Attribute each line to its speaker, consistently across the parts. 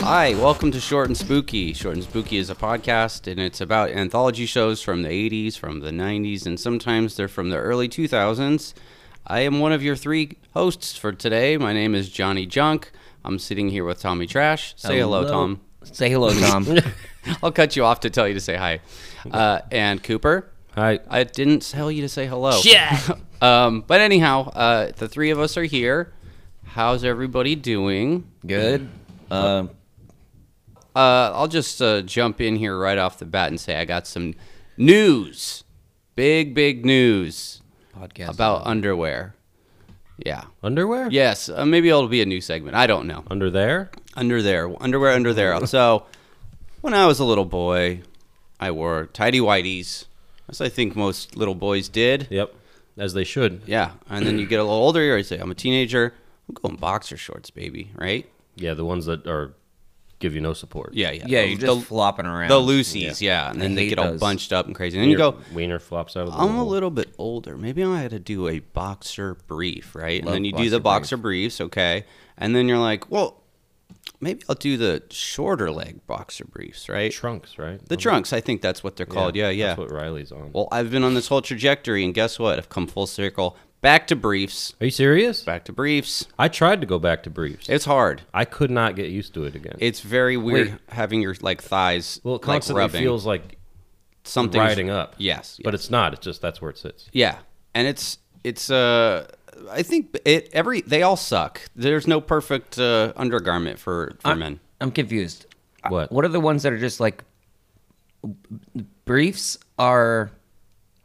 Speaker 1: Hi, welcome to Short and Spooky. Short and Spooky is a podcast, and it's about anthology shows from the 80s, from the 90s, and sometimes they're from the early 2000s. I am one of your three hosts for today. My name is Johnny Junk. I'm sitting here with Tommy Trash. Say hello, Tom.
Speaker 2: Say hello, Tom.
Speaker 1: I'll cut you off to tell you to say hi. Uh, and Cooper.
Speaker 3: Hi.
Speaker 1: I didn't tell you to say hello. um, but anyhow, uh, the three of us are here. How's everybody doing?
Speaker 2: Good. Um,
Speaker 1: Uh, I'll just uh, jump in here right off the bat and say I got some news. Big, big news
Speaker 2: podcast
Speaker 1: about underwear. Yeah.
Speaker 3: Underwear?
Speaker 1: Yes. Uh, maybe it'll be a new segment. I don't know.
Speaker 3: Under there?
Speaker 1: Under there. Underwear, under there. So when I was a little boy, I wore tidy whities, as I think most little boys did.
Speaker 3: Yep. As they should.
Speaker 1: Yeah. And then you get a little older, you say, I'm a teenager. I'm going boxer shorts, baby, right?
Speaker 3: Yeah, the ones that are give you no support.
Speaker 1: Yeah, yeah.
Speaker 2: Yeah, you're just
Speaker 1: the,
Speaker 2: flopping around.
Speaker 1: the Lucies, yeah. And then
Speaker 2: I
Speaker 1: they
Speaker 2: hate
Speaker 1: get all
Speaker 2: those.
Speaker 1: bunched up and crazy. And then
Speaker 3: And
Speaker 1: you go,
Speaker 3: wiener flops out of the
Speaker 1: I'm a
Speaker 3: hole.
Speaker 1: little bit older. Maybe I had to do a boxer brief, right?
Speaker 2: Love
Speaker 1: and then you do
Speaker 2: boxer
Speaker 1: the
Speaker 2: brief.
Speaker 1: boxer briefs, okay? And then you're like, well, maybe I'll do the shorter leg boxer briefs, right?
Speaker 3: trunks, right? Oh,
Speaker 1: the trunks, I think that's what they're called. Yeah, yeah.
Speaker 3: That's what Riley's on.
Speaker 1: well, I've been on this whole trajectory, and guess what? I've come full circle. Back to briefs.
Speaker 3: are you serious?
Speaker 1: Back to briefs.
Speaker 3: I tried to go back to briefs.
Speaker 1: It's hard.
Speaker 3: I could not get used to it again.
Speaker 1: It's very weird having your like thighs
Speaker 3: well, it
Speaker 1: like
Speaker 3: constantly
Speaker 1: rubbing.
Speaker 3: feels like
Speaker 1: something
Speaker 3: riding up.
Speaker 1: Yes,
Speaker 3: But it's not. It's just that's where it sits.
Speaker 1: Yeah, and it's it's uh, I think it every they all suck. There's no perfect uh, undergarment for for men.
Speaker 2: I'm confused.
Speaker 1: Uh,
Speaker 2: I-
Speaker 3: What?
Speaker 2: What are the ones that are just like briefs? Are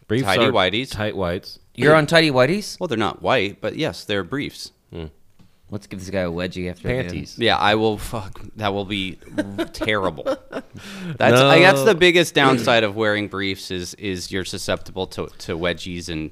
Speaker 3: Briefs
Speaker 1: Tidy
Speaker 3: are
Speaker 1: whities.
Speaker 3: Tight whites.
Speaker 2: you're on tidy whities?
Speaker 1: Well, they're not white, but yes, they're briefs.
Speaker 2: Let's give this guy a wedgie after the end.
Speaker 3: Panties.
Speaker 1: Yeah, I will. Fuck, that will be terrible. That's I, that's the
Speaker 3: No.
Speaker 1: biggest downside of wearing briefs is is you're susceptible to to wedgies and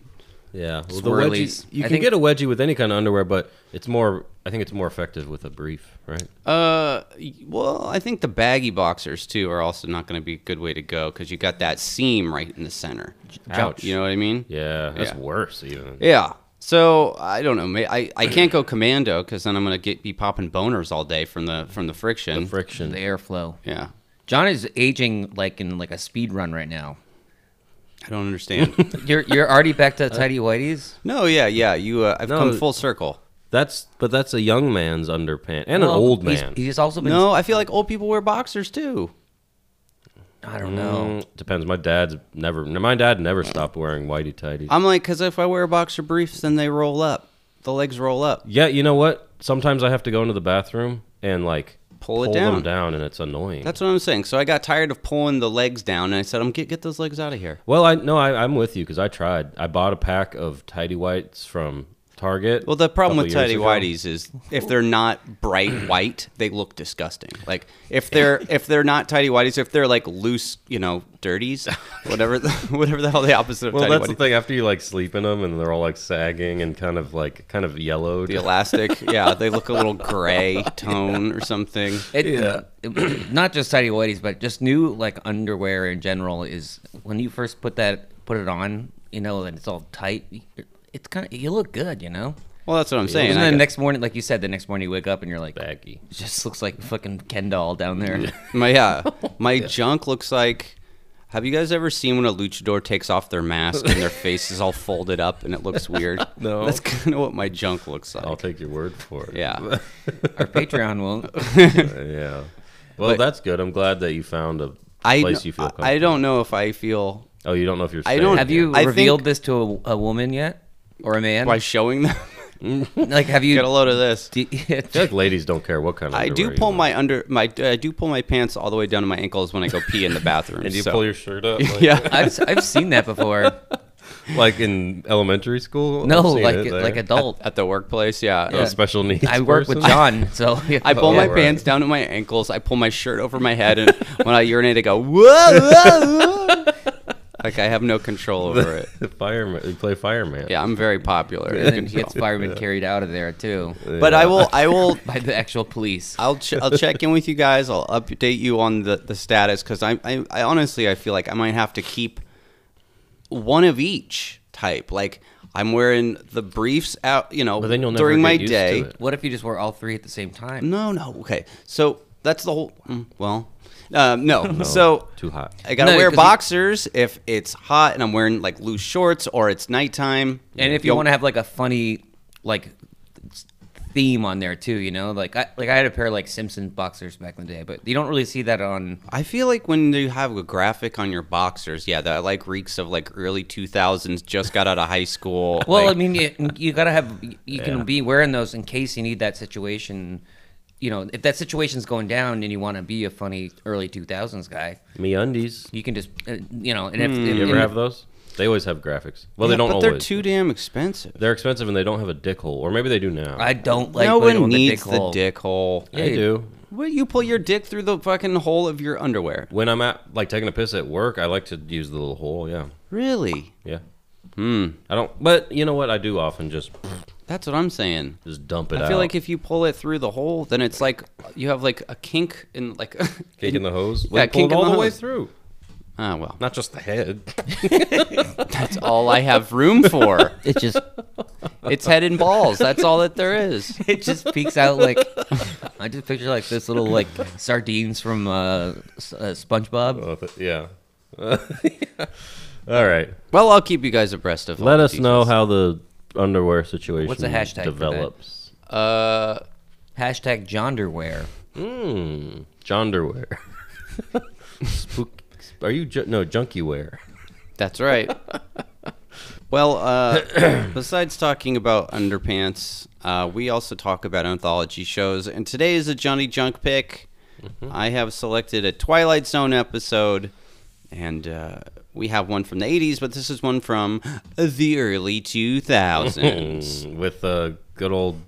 Speaker 3: Yeah. Well, the
Speaker 1: Swirlies.
Speaker 3: wedgies. You
Speaker 2: I
Speaker 3: can
Speaker 2: think-
Speaker 3: get a wedgie with any kind of underwear, but it's more. I think it's more effective with a brief, right?
Speaker 1: uh. Well, I think the baggy boxers too are also not going to be a good way to go because you got that seam right in the center.
Speaker 3: Ouch.
Speaker 1: You know what I mean?
Speaker 3: Yeah, that's
Speaker 1: Yeah.
Speaker 3: worse even.
Speaker 1: Yeah. So I don't know. may- I, I can't go commando because then I'm gonna get be popping boners all day from the from the friction.
Speaker 3: Friction.
Speaker 2: The airflow.
Speaker 1: yeah.
Speaker 2: John is aging like in like a speed run right now.
Speaker 1: I don't understand.
Speaker 2: You're you're already back
Speaker 1: Uh,
Speaker 2: to tidy whities.
Speaker 1: no. Yeah. Yeah. You. Uh, I've
Speaker 3: No.
Speaker 1: come full circle.
Speaker 3: That's but that's a young man's underpants and an old man.
Speaker 2: He's, he's also been.
Speaker 1: No. I feel like old people wear boxers too.
Speaker 2: I don't know.
Speaker 3: Mm, Depends. My dad's never. My dad never stopped wearing whitey tighties.
Speaker 1: I'm like, because if I wear boxer briefs, then they roll up. The legs roll up.
Speaker 3: yeah, you know what? Sometimes I have to go into the bathroom and like
Speaker 1: Pull it
Speaker 3: them
Speaker 1: down.
Speaker 3: down, and it's annoying.
Speaker 1: That's what I'm saying. So I got tired of pulling the legs down, and I said, "I'm get get those legs out of here."
Speaker 3: well, I no, I, I'm with you because I tried. I bought a pack of tidy whites from Target.
Speaker 1: Well, the problem
Speaker 3: a
Speaker 1: with
Speaker 3: couple years
Speaker 1: tidy
Speaker 3: ago.
Speaker 1: whities is if they're not bright white, they look disgusting. Like if they're if they're not tidy whities, if they're like loose, you know, dirties, whatever, the, whatever the hell the opposite of
Speaker 3: Well,
Speaker 1: tidy
Speaker 3: that's
Speaker 1: whities.
Speaker 3: the thing. After you like sleep in them, and they're all like sagging and kind of like kind of yellowed.
Speaker 1: The elastic, yeah, they look a little gray tone or something.
Speaker 2: It, it- not just tidy whities, but just new like underwear in general is when you first put that put it on, you know, and it's all tight. It's kind of you look good, you know.
Speaker 1: Well, that's what I'm saying.
Speaker 2: and then
Speaker 1: I
Speaker 2: the
Speaker 1: got-
Speaker 2: next morning, like you said, the next morning you wake up and you're like, it
Speaker 3: baggy.
Speaker 2: just looks like fucking Ken doll down there.
Speaker 1: my yeah,
Speaker 3: Oh,
Speaker 1: my junk looks like. Have you guys ever seen when a luchador takes off their mask and their face is all folded up and it looks weird?
Speaker 3: No.
Speaker 1: that's kind of what my junk looks like.
Speaker 3: I'll take your word for it.
Speaker 1: Yeah.
Speaker 2: Our Patreon won't.
Speaker 3: yeah. Well, that's good. I'm glad that you found a
Speaker 1: I
Speaker 3: place
Speaker 1: kn-
Speaker 3: you feel comfortable.
Speaker 1: I, I don't know if I feel
Speaker 3: oh, you don't know if you're.
Speaker 1: I
Speaker 3: staying
Speaker 1: don't-
Speaker 2: Have
Speaker 3: there.
Speaker 2: you
Speaker 1: I
Speaker 2: revealed
Speaker 1: think-
Speaker 2: this to a, a woman yet or a man?
Speaker 1: by showing them.
Speaker 2: Like, have you?
Speaker 1: Get a load of this.
Speaker 2: do you-
Speaker 3: I feel like ladies don't care what kind of.
Speaker 1: I do
Speaker 3: underwear you
Speaker 1: pull
Speaker 3: wear.
Speaker 1: my under my I do pull my pants all the way down to my ankles when I go pee in the bathroom.
Speaker 3: And you
Speaker 1: so-
Speaker 3: pull your shirt up. Like,
Speaker 1: yeah.
Speaker 2: I've I've seen that before.
Speaker 3: Like in elementary school.
Speaker 2: No,
Speaker 3: I've seen
Speaker 2: like
Speaker 3: it there.
Speaker 2: like adult.
Speaker 1: at the workplace. Yeah.
Speaker 3: A special needs.
Speaker 2: I work with
Speaker 3: person?
Speaker 2: John, so
Speaker 1: I pull
Speaker 3: yeah,
Speaker 1: my
Speaker 3: right.
Speaker 1: pants down to my ankles. I pull my shirt over my head, and when I urinate, I go whoa, whoa, whoa." like I have no control over it.
Speaker 3: The fireman. You play fireman.
Speaker 1: Yeah, I'm very popular. you
Speaker 2: and then
Speaker 1: can
Speaker 2: he gets
Speaker 1: tell.
Speaker 2: firemen carried out of there too
Speaker 1: But I will. I will.
Speaker 2: by the actual police.
Speaker 1: I'll ch- I'll check in with you guys. I'll update you on the the status because I, I I honestly I feel like I might have to keep one of each type. Like I'm wearing the briefs out, you know,
Speaker 3: But then you'll never
Speaker 1: during
Speaker 3: get
Speaker 1: my
Speaker 3: used to
Speaker 1: day.
Speaker 3: it.
Speaker 1: Mm,
Speaker 2: What if you just wore all three at the same time?
Speaker 1: No, no, okay. So That's the whole. mm, Well, um, no. So
Speaker 3: Oh, too hot.
Speaker 1: I gotta
Speaker 2: No,
Speaker 1: wear
Speaker 2: 'cause you-
Speaker 1: boxers if it's hot and I'm wearing like loose shorts or it's nighttime.
Speaker 2: And if you want to have like a funny like theme on there too, you know, like I like I had a pair of like Simpson boxers back in the day, but you don't really see that on.
Speaker 1: I feel like when you have a graphic on your boxers, yeah, that like reeks of like early 2000s, just got out of high school.
Speaker 2: Well,
Speaker 1: like-
Speaker 2: I mean, you, you gotta have you can be wearing those in case you need that situation. You know, if that situation's going down and you want to be a funny early two thousands guy,
Speaker 3: Me undies.
Speaker 2: you can just uh, you know. And if and-
Speaker 3: Mm, You ever
Speaker 2: and-
Speaker 3: have those? They always have graphics.
Speaker 1: Mm-hmm.
Speaker 3: Well,
Speaker 1: Yeah,
Speaker 3: they don't
Speaker 1: but
Speaker 3: always.
Speaker 1: they're too damn expensive.
Speaker 3: They're expensive and they don't have a dick hole, or maybe they do now.
Speaker 2: I don't like
Speaker 1: no
Speaker 2: putting
Speaker 1: one
Speaker 2: on the
Speaker 1: needs
Speaker 2: dick hole.
Speaker 1: hole.
Speaker 3: They do.
Speaker 1: Well, you pull your dick through the fucking hole of your underwear.
Speaker 3: When I'm at like taking a piss at work, I like to use the little hole. Yeah,
Speaker 1: Really?
Speaker 3: yeah. Hmm. I don't. But you know what? I do often just
Speaker 1: That's what I'm saying.
Speaker 3: just dump it out.
Speaker 1: I feel like if you pull it through the hole, then it's like you have like a kink in like.
Speaker 3: kink in the hose.
Speaker 1: Yeah,
Speaker 3: Like, pull
Speaker 1: kink
Speaker 3: it
Speaker 1: in
Speaker 3: all
Speaker 1: the
Speaker 3: the, way
Speaker 1: hose.
Speaker 3: through,
Speaker 1: Ah, well,
Speaker 3: not just the head.
Speaker 1: that's all I have room for.
Speaker 2: It just
Speaker 1: It's head and balls. That's all that there is.
Speaker 2: it just peeks out like I just picture like this little like sardines from uh, S- uh SpongeBob.
Speaker 3: Uh, but- yeah. all right.
Speaker 1: Well, I'll keep you guys abreast of. all
Speaker 3: Let
Speaker 1: the
Speaker 3: us know
Speaker 1: details.
Speaker 3: how the underwear situation
Speaker 2: What's the hashtag for that?
Speaker 3: develops.
Speaker 1: Uh,
Speaker 2: Hashtag Jonderwear.
Speaker 3: Hmm. Jonderwear. Spook. Are you ju- no junkieware?
Speaker 1: that's right. well, uh, besides talking about underpants, uh, we also talk about anthology shows, and today is a Johnny Junk pick.
Speaker 3: Mm-hmm.
Speaker 1: I have selected a Twilight Zone episode, and uh, we have one from the '80s, but this is one from the early 2000s.
Speaker 3: Hmm. with a good old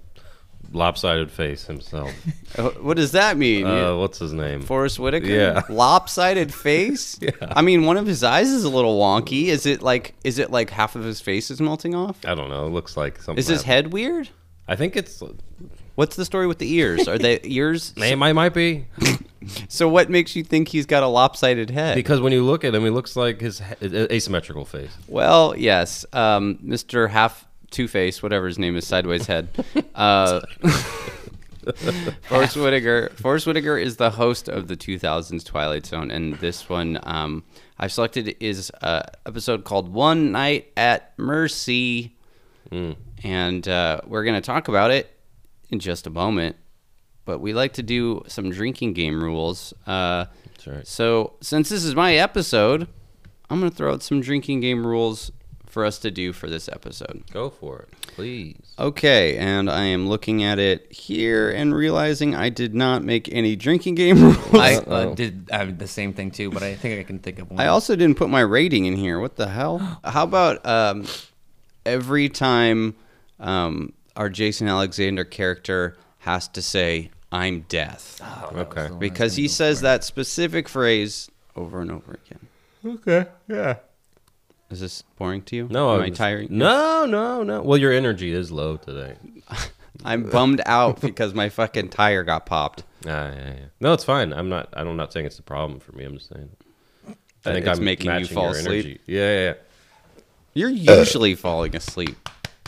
Speaker 3: lopsided face himself.
Speaker 1: Uh, what does that mean?
Speaker 3: Uh, what's his name?
Speaker 1: Forrest Whitaker?
Speaker 3: Yeah.
Speaker 1: Lopsided face?
Speaker 3: Yeah.
Speaker 1: I mean, one of his eyes is a little wonky. Is it like is it like half of his face is melting off?
Speaker 3: I don't know. It looks like something.
Speaker 1: Is his
Speaker 3: happened.
Speaker 1: head weird?
Speaker 3: I think it's.
Speaker 1: What's the story with the ears? Are the ears
Speaker 3: It might, might be
Speaker 1: So what makes you think he's got a lopsided head?
Speaker 3: because when you look at him, he looks like his he- a- asymmetrical face.
Speaker 1: well, yes. Um, Mr. Half Two Face, whatever his name is, sideways head. Uh Forrest Whitaker. Forrest Whitaker is the host of the 2000s Twilight Zone, and this one um, I've selected is uh, episode called "One Night at Mercy," and uh, we're going to talk about it in just a moment. But we like to do some drinking game rules. Uh,
Speaker 3: That's right.
Speaker 1: So since this is my episode, I'm going to throw out some drinking game rules for us to do for this episode.
Speaker 3: Go for it, please.
Speaker 1: Okay, and I am looking at it here and realizing I did not make any drinking game rules. I,
Speaker 2: I uh, did uh, the same thing too, but I think I can think of one.
Speaker 1: also didn't put my rating in here. What the hell? How about um, every time um, our Jason Alexander character has to say, I'm death?
Speaker 2: Oh, that was
Speaker 3: Okay.
Speaker 2: the one I was
Speaker 1: Because
Speaker 2: gonna
Speaker 1: he
Speaker 2: go
Speaker 1: says
Speaker 2: for.
Speaker 1: that specific phrase over and over again.
Speaker 3: Okay. Yeah.
Speaker 1: Is this boring to you?
Speaker 3: No,
Speaker 1: Am
Speaker 3: I
Speaker 1: I
Speaker 3: was-
Speaker 1: tiring?
Speaker 3: No, no, no. Well, your energy is low today.
Speaker 1: I'm bummed out because my fucking tire got popped.
Speaker 3: Ah, yeah, yeah. No, it's fine. I'm not. I'm not saying it's a problem for me. I'm just saying. I
Speaker 1: That
Speaker 3: think
Speaker 1: Uh, it's
Speaker 3: I'm
Speaker 1: making you
Speaker 3: matching
Speaker 1: fall
Speaker 3: your
Speaker 1: asleep?
Speaker 3: energy. Yeah, yeah, yeah.
Speaker 1: You're
Speaker 3: Uh.
Speaker 1: usually falling asleep.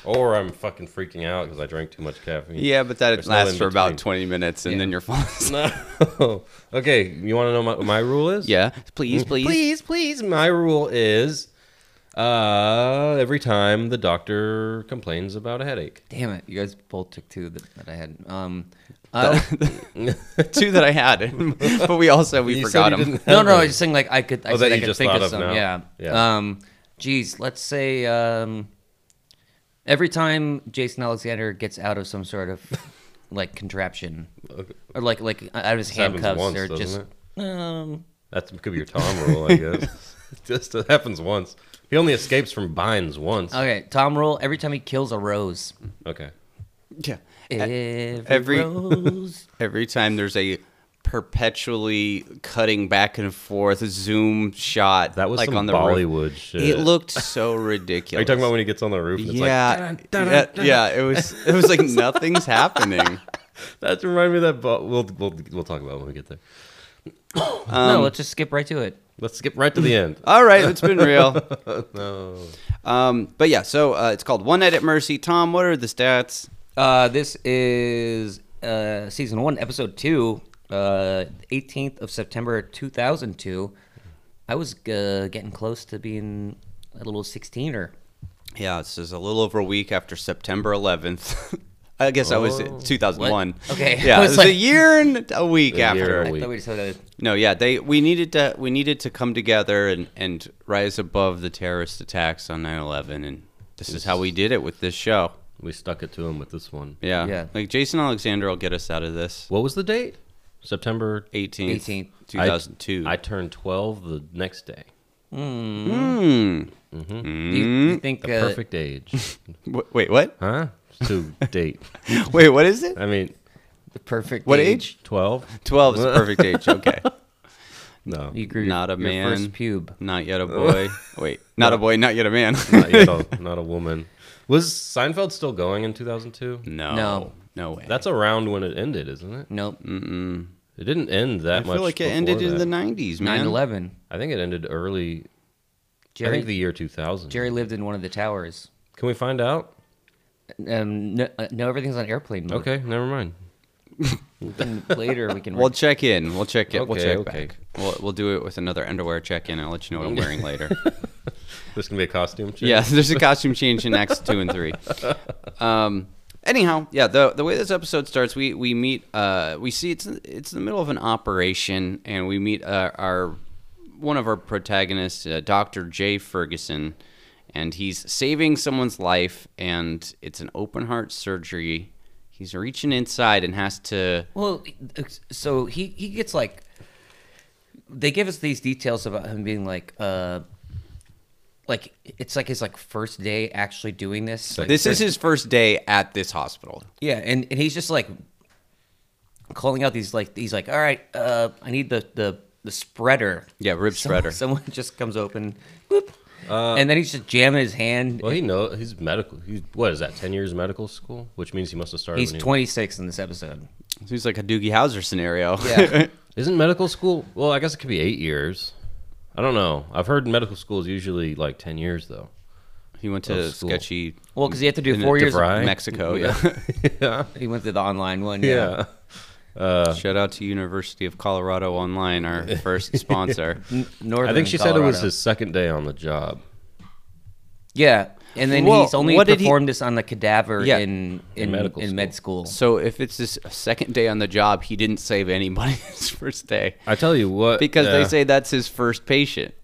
Speaker 3: Or I'm fucking freaking out because I drank too much caffeine.
Speaker 1: Yeah, but that
Speaker 3: There's no
Speaker 1: lasts
Speaker 3: in
Speaker 1: for about
Speaker 3: between.
Speaker 1: 20 minutes and
Speaker 2: Yeah.
Speaker 1: then you're falling asleep.
Speaker 3: No. okay, you want to know my, what my rule is?
Speaker 1: Yeah. Please, please.
Speaker 3: Please, please. My rule is uh, every time the doctor complains about a headache.
Speaker 2: Damn it! You guys both took two that, that I had. Um, uh,
Speaker 1: Two that I had, but we also we
Speaker 3: You said
Speaker 1: forgot
Speaker 3: you
Speaker 1: them.
Speaker 3: didn't have
Speaker 2: no, no,
Speaker 3: one.
Speaker 2: I just think like I could. I,
Speaker 3: Oh,
Speaker 2: said
Speaker 3: that
Speaker 2: I
Speaker 3: you
Speaker 2: could
Speaker 3: just
Speaker 2: think
Speaker 3: thought
Speaker 2: of,
Speaker 3: of
Speaker 2: some.
Speaker 3: now.
Speaker 2: Yeah.
Speaker 3: Yeah.
Speaker 2: Um, geez, let's say um, every time Jason Alexander gets out of some sort of like contraption, or like like out of his
Speaker 3: happens
Speaker 2: handcuffs,
Speaker 3: once,
Speaker 2: or
Speaker 3: doesn't
Speaker 2: just um,
Speaker 3: That could be your Tom rule, I guess. just it happens once. He only escapes from binds once.
Speaker 1: Oh.
Speaker 2: okay, Tom Roll. Every time he kills a rose,
Speaker 3: Okay.
Speaker 1: Yeah.
Speaker 2: E-,
Speaker 1: every-
Speaker 2: every, rose.
Speaker 1: Every time there's a perpetually cutting back and forth zoom shot
Speaker 3: That was
Speaker 1: like
Speaker 3: some
Speaker 1: on the roof.
Speaker 3: Bollywood shit.
Speaker 1: It looked so ridiculous.
Speaker 3: Are you talking about when he gets on the roof? And it's
Speaker 1: yeah, yeah, yeah, it was. It was like nothing's happening.
Speaker 3: Like, that reminds me of that. Bo- we'll, we'll we'll talk about it when we get there.
Speaker 2: no, let's just skip right to it.
Speaker 3: Let's skip right to the end.
Speaker 1: All right, it's been real. no. Um, but yeah, so uh, it's called One Night at Mercy. Tom, what are the stats?
Speaker 2: Uh, this is uh, season one, episode two, uh, 18th of September 2002, I was uh, getting close to being a little 16er.
Speaker 1: Yeah, this is a little over a week after September 11th. I guess I was
Speaker 3: Oh.
Speaker 1: 2001.
Speaker 2: What? Okay,
Speaker 1: Yeah,
Speaker 2: I
Speaker 1: it
Speaker 2: was
Speaker 1: was a
Speaker 2: like-
Speaker 1: year and a week
Speaker 3: A
Speaker 1: after.
Speaker 3: year, a
Speaker 2: I
Speaker 3: week.
Speaker 2: thought we just had a,
Speaker 1: No, yeah, they we needed to we needed to come together and and rise above the terrorist attacks on 9/11 and this is how we did it with this show.
Speaker 3: We stuck it to him with this one.
Speaker 1: Yeah.
Speaker 2: Yeah.
Speaker 1: Like Jason Alexander will get us out of this.
Speaker 3: What was the date? September
Speaker 1: 18th,
Speaker 2: 18th.
Speaker 1: 2002.
Speaker 3: I turned 12 the next day.
Speaker 1: Hmm.
Speaker 2: do you, do you think
Speaker 3: Mm-hmm. The
Speaker 2: uh,
Speaker 3: perfect age.
Speaker 1: Wh- Wait, what?
Speaker 3: huh? To date.
Speaker 1: Wait, what is it?
Speaker 3: I mean,
Speaker 2: the perfect
Speaker 1: What age?
Speaker 3: 12?
Speaker 1: 12 is the perfect age. Okay.
Speaker 3: No.
Speaker 2: You grew
Speaker 1: Not a
Speaker 2: your
Speaker 1: man.
Speaker 2: first pube.
Speaker 1: Not yet a boy. Wait, not a boy, not yet a man.
Speaker 3: Not, yet a, not a woman. Was Seinfeld still going in 2002?
Speaker 1: no.
Speaker 2: No.
Speaker 1: No way.
Speaker 3: That's around when it ended, isn't it?
Speaker 2: Nope.
Speaker 3: It didn't end that
Speaker 1: I
Speaker 3: much.
Speaker 1: feel like it
Speaker 3: before
Speaker 1: ended in
Speaker 3: that.
Speaker 1: the 90s, man.
Speaker 2: 9 11.
Speaker 3: I think it ended early. I
Speaker 2: Jerry,
Speaker 3: think the year 2000.
Speaker 2: Jerry lived in one of the towers.
Speaker 3: Can we find out?
Speaker 2: Um, no, uh, no, everything's on airplane mode.
Speaker 3: Okay, never mind.
Speaker 2: Then later we can.
Speaker 1: We'll check in. We'll check it. we'll
Speaker 3: Okay,
Speaker 1: check
Speaker 3: okay.
Speaker 1: back. We'll, we'll do it with another underwear check in. I'll let you know what I'm wearing later.
Speaker 3: This can be a costume check.
Speaker 1: yeah, there's a costume change in acts two and three. Um, anyhow, yeah, the the way this episode starts, we we meet, uh, we see it's it's the middle of an operation, and we meet uh, our one of our protagonists, uh, Doctor J Ferguson, and he's saving someone's life, and it's an open heart surgery. He's reaching inside and has to.
Speaker 2: Well, so he he gets like they give us these details about him being like uh like it's like his like first day actually doing this. Like,
Speaker 1: This is his first day at this hospital.
Speaker 2: yeah, and and he's just like calling out these like he's like all right, uh I need the the the spreader.
Speaker 1: Yeah, rib
Speaker 2: Some-
Speaker 1: spreader. Uh,
Speaker 2: Someone just comes open, whoop, and then he's just jamming his hand.
Speaker 3: Well, he know he's medical. He's what is that? Ten years medical school, which means he must have started.
Speaker 2: He's
Speaker 3: when he-
Speaker 2: 26 in this episode.
Speaker 1: So he's like a Doogie Howser scenario.
Speaker 2: Yeah.
Speaker 3: Isn't medical school? Well, I guess it could be eight years. I don't know. I've heard medical school is usually like ten years though.
Speaker 1: he went to
Speaker 3: Of school.
Speaker 1: sketchy
Speaker 2: Well, because he had to do
Speaker 1: in
Speaker 2: four years.
Speaker 3: DeVry. Right.
Speaker 1: Mexico. Yeah.
Speaker 3: yeah.
Speaker 2: He went to the online one.
Speaker 3: Yeah. Uh,
Speaker 1: Shout out to University of Colorado Online, our first sponsor.
Speaker 2: N-
Speaker 3: I think
Speaker 2: Northern
Speaker 3: she said it was
Speaker 2: Colorado.
Speaker 3: his second day on the job.
Speaker 2: Yeah, and then
Speaker 1: Well,
Speaker 2: he's only
Speaker 1: what did he-
Speaker 2: performed this on the cadaver
Speaker 1: Yeah.
Speaker 2: in in, in,
Speaker 3: medical
Speaker 2: med school.
Speaker 1: so if it's his second day on the job, he didn't save anybody his first day
Speaker 3: I tell you what,
Speaker 1: because they
Speaker 3: yeah.
Speaker 1: say that's his first patient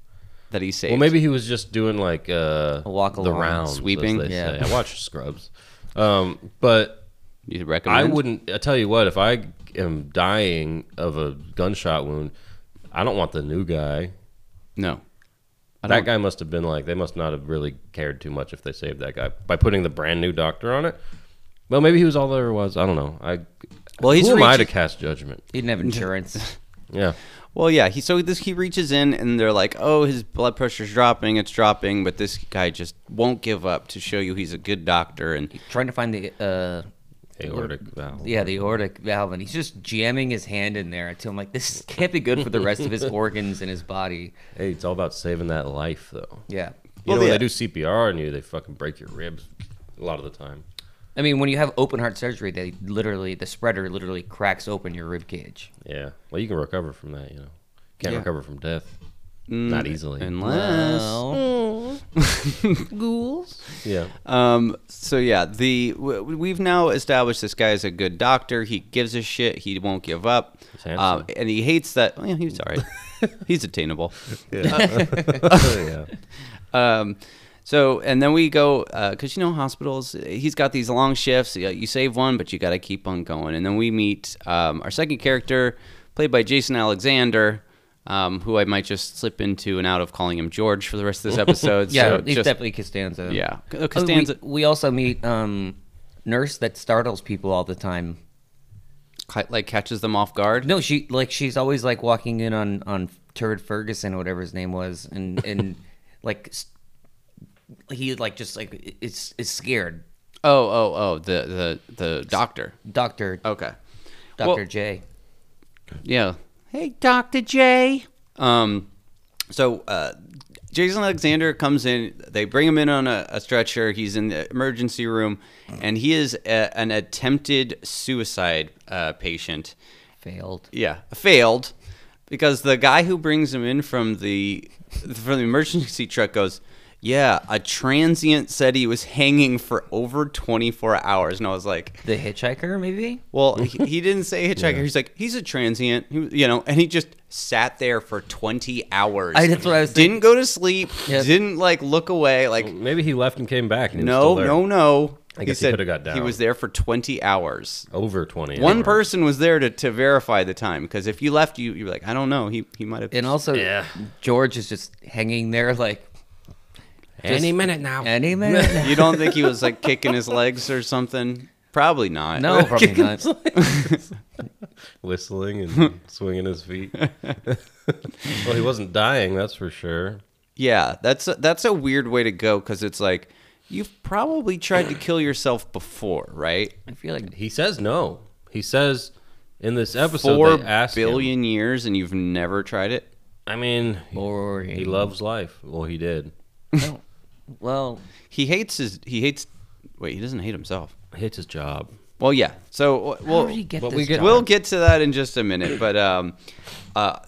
Speaker 1: that he saved.
Speaker 3: Well, maybe he was just doing like uh,
Speaker 2: A walk
Speaker 3: the
Speaker 2: along,
Speaker 3: rounds,
Speaker 1: sweeping.
Speaker 3: yeah,
Speaker 2: Yeah.
Speaker 3: I watched Scrubs, um, but
Speaker 1: you recommend.
Speaker 3: I wouldn't. I tell you what, if I am dying of a gunshot wound, I don't want the new guy.
Speaker 1: No.
Speaker 3: That guy must have been like they must not have really cared too much if they saved that guy by putting the brand new doctor on it. Well, maybe he was all there was. I don't know. I
Speaker 1: Well, he's
Speaker 3: who am I to
Speaker 1: reaching-
Speaker 3: cast judgment?
Speaker 2: He didn't have insurance.
Speaker 3: Yeah,
Speaker 1: Well, yeah. He so this he reaches in and they're like, "Oh, his blood pressure's dropping. It's dropping." But this guy just won't give up to show you he's a good doctor. And
Speaker 2: Trying to find the uh,
Speaker 3: aortic valve.
Speaker 2: yeah the aortic valve, and he's just jamming his hand in there until I'm like, this can't be good for the rest of his organs and his body.
Speaker 3: Hey, it's all about saving that life, though.
Speaker 1: Well,
Speaker 2: Yeah,
Speaker 3: You know, when
Speaker 1: yeah.
Speaker 3: they do CPR on you, they fucking break your ribs a lot of the time.
Speaker 2: I mean when you have open heart surgery, they literally the spreader literally cracks open your rib cage.
Speaker 3: Yeah. Well, you can recover from that. You know,
Speaker 1: Yeah.
Speaker 3: can't
Speaker 1: Mm,
Speaker 3: recover from death. Not easily.
Speaker 1: unless
Speaker 2: Well,
Speaker 1: ghouls.
Speaker 3: yeah.
Speaker 1: Um, so yeah, the w- we've now established this guy is a good doctor. He gives a shit. He won't give up.
Speaker 3: handsome.
Speaker 1: Um, and he hates that. Well, yeah, he's all right. he's attainable.
Speaker 3: yeah.
Speaker 1: Um, so and then we go because you know hospitals. He's got these long shifts. You, you save one, but you got to keep on going. And then we meet um, our second character, played by Jason Alexander. Um, who I might just slip into and out of calling him George for the rest of this episode.
Speaker 2: yeah,
Speaker 1: so
Speaker 2: he's
Speaker 1: just-
Speaker 2: definitely Costanza.
Speaker 1: yeah. C- uh,
Speaker 2: Oh, we-
Speaker 1: Costanza,
Speaker 2: We, also meet um, nurse that startles people all the time.
Speaker 1: ca- like catches them off guard.
Speaker 2: No, she like she's always like walking in on on Turd Ferguson or whatever his name was, and and like s- he like just like it's is scared.
Speaker 1: Oh, oh, oh, the the the doctor.
Speaker 2: Doctor
Speaker 1: Okay.
Speaker 2: Doctor
Speaker 1: well-
Speaker 2: J.
Speaker 1: Yeah. Hey, Doctor J. Um, so uh, Jason Alexander comes in. They bring him in on a, a stretcher. He's in the emergency room, and he is a, an attempted suicide uh, patient.
Speaker 2: failed.
Speaker 1: Yeah, failed because the guy who brings him in from the from the emergency truck goes, "Yeah, a transient said he was hanging for over 24 hours." And I was like,
Speaker 2: The hitchhiker, maybe.
Speaker 1: "Well, he, he didn't say hitchhiker. He's like, he's a transient, He- you know." And he just sat there for 20 hours.
Speaker 2: I- that's what I was
Speaker 1: Didn't go to sleep.
Speaker 2: Yeah.
Speaker 1: Didn't like look away. Like,
Speaker 3: Maybe he left and came back. And he was
Speaker 1: no,
Speaker 3: still there.
Speaker 1: no, no.
Speaker 3: Oh, I guess he coulda got
Speaker 1: He
Speaker 3: down.
Speaker 1: was there for 20 hours.
Speaker 3: Over twenty.
Speaker 1: One
Speaker 3: hours.
Speaker 1: person was there to, to verify the time because if you left, you you were like, I don't know, he he might have.
Speaker 2: And also,
Speaker 3: Yeah.
Speaker 2: George is just hanging there, like
Speaker 3: Any minute now.
Speaker 2: any minute. now.
Speaker 1: you don't think he was like kicking his legs or something? Probably not.
Speaker 2: no, probably not.
Speaker 3: Whistling and swinging his feet. well, he wasn't dying, that's for sure.
Speaker 1: Yeah, that's a, that's a weird way to go because it's like you've probably tried to kill yourself before, right?
Speaker 2: I feel like
Speaker 3: He says no. He says in this episode
Speaker 1: Four
Speaker 3: they ask him-
Speaker 1: billion years and you've never tried it.
Speaker 3: I mean,
Speaker 2: boring.
Speaker 3: he loves life. Well, he did.
Speaker 2: No. Well,
Speaker 1: He hates his. He hates. Wait, he doesn't hate himself.
Speaker 3: Hates his job.
Speaker 1: Well, yeah. So, uh, well,
Speaker 2: did he get
Speaker 1: but
Speaker 2: this
Speaker 1: we
Speaker 2: job?
Speaker 1: will get to that in just a minute. But um, uh,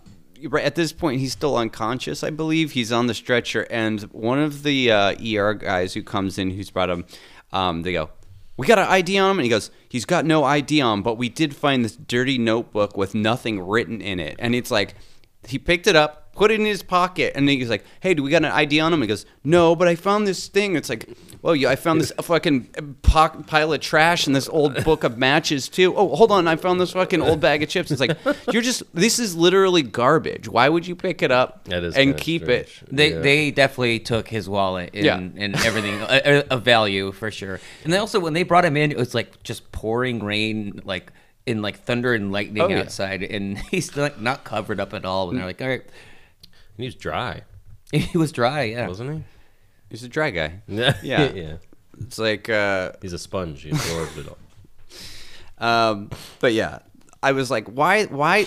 Speaker 1: right at this point, he's still unconscious, I believe. He's on the stretcher, and one of the uh, ER guys who comes in, who's brought him, um, they go, "We got an ID on him," and he goes, "He's got no ID on, but we did find this dirty notebook with nothing written in it." And it's like, he picked it up, put it in his pocket, and then he's like, "Hey, do we got an ID on him?" He goes, "No, but I found this thing." It's like, "Well, yeah, I found this fucking po- pile of trash and this old book of matches too." Oh, hold on, I found this fucking old bag of chips. It's like, you're just this is literally garbage. Why would you pick it up
Speaker 3: That is
Speaker 1: and
Speaker 3: kinda
Speaker 1: keep it?
Speaker 3: strange.
Speaker 2: They
Speaker 3: Yeah.
Speaker 2: they definitely took his wallet and,
Speaker 1: Yeah.
Speaker 2: and everything a- a- of value for sure. And then also when they brought him in, it was like just pouring rain, like in like thunder and lightning
Speaker 1: Oh, yeah. Mm.
Speaker 2: outside, and he's like not covered up at all. And they're like, all right,
Speaker 3: And he's dry,
Speaker 2: he was dry, yeah.
Speaker 3: wasn't
Speaker 1: He's a dry guy.
Speaker 3: he? Yeah.
Speaker 1: Yeah.
Speaker 3: yeah.
Speaker 1: It's like, uh,
Speaker 3: He's a sponge. He absorbs it all.
Speaker 1: um, but yeah, I was like, why, why?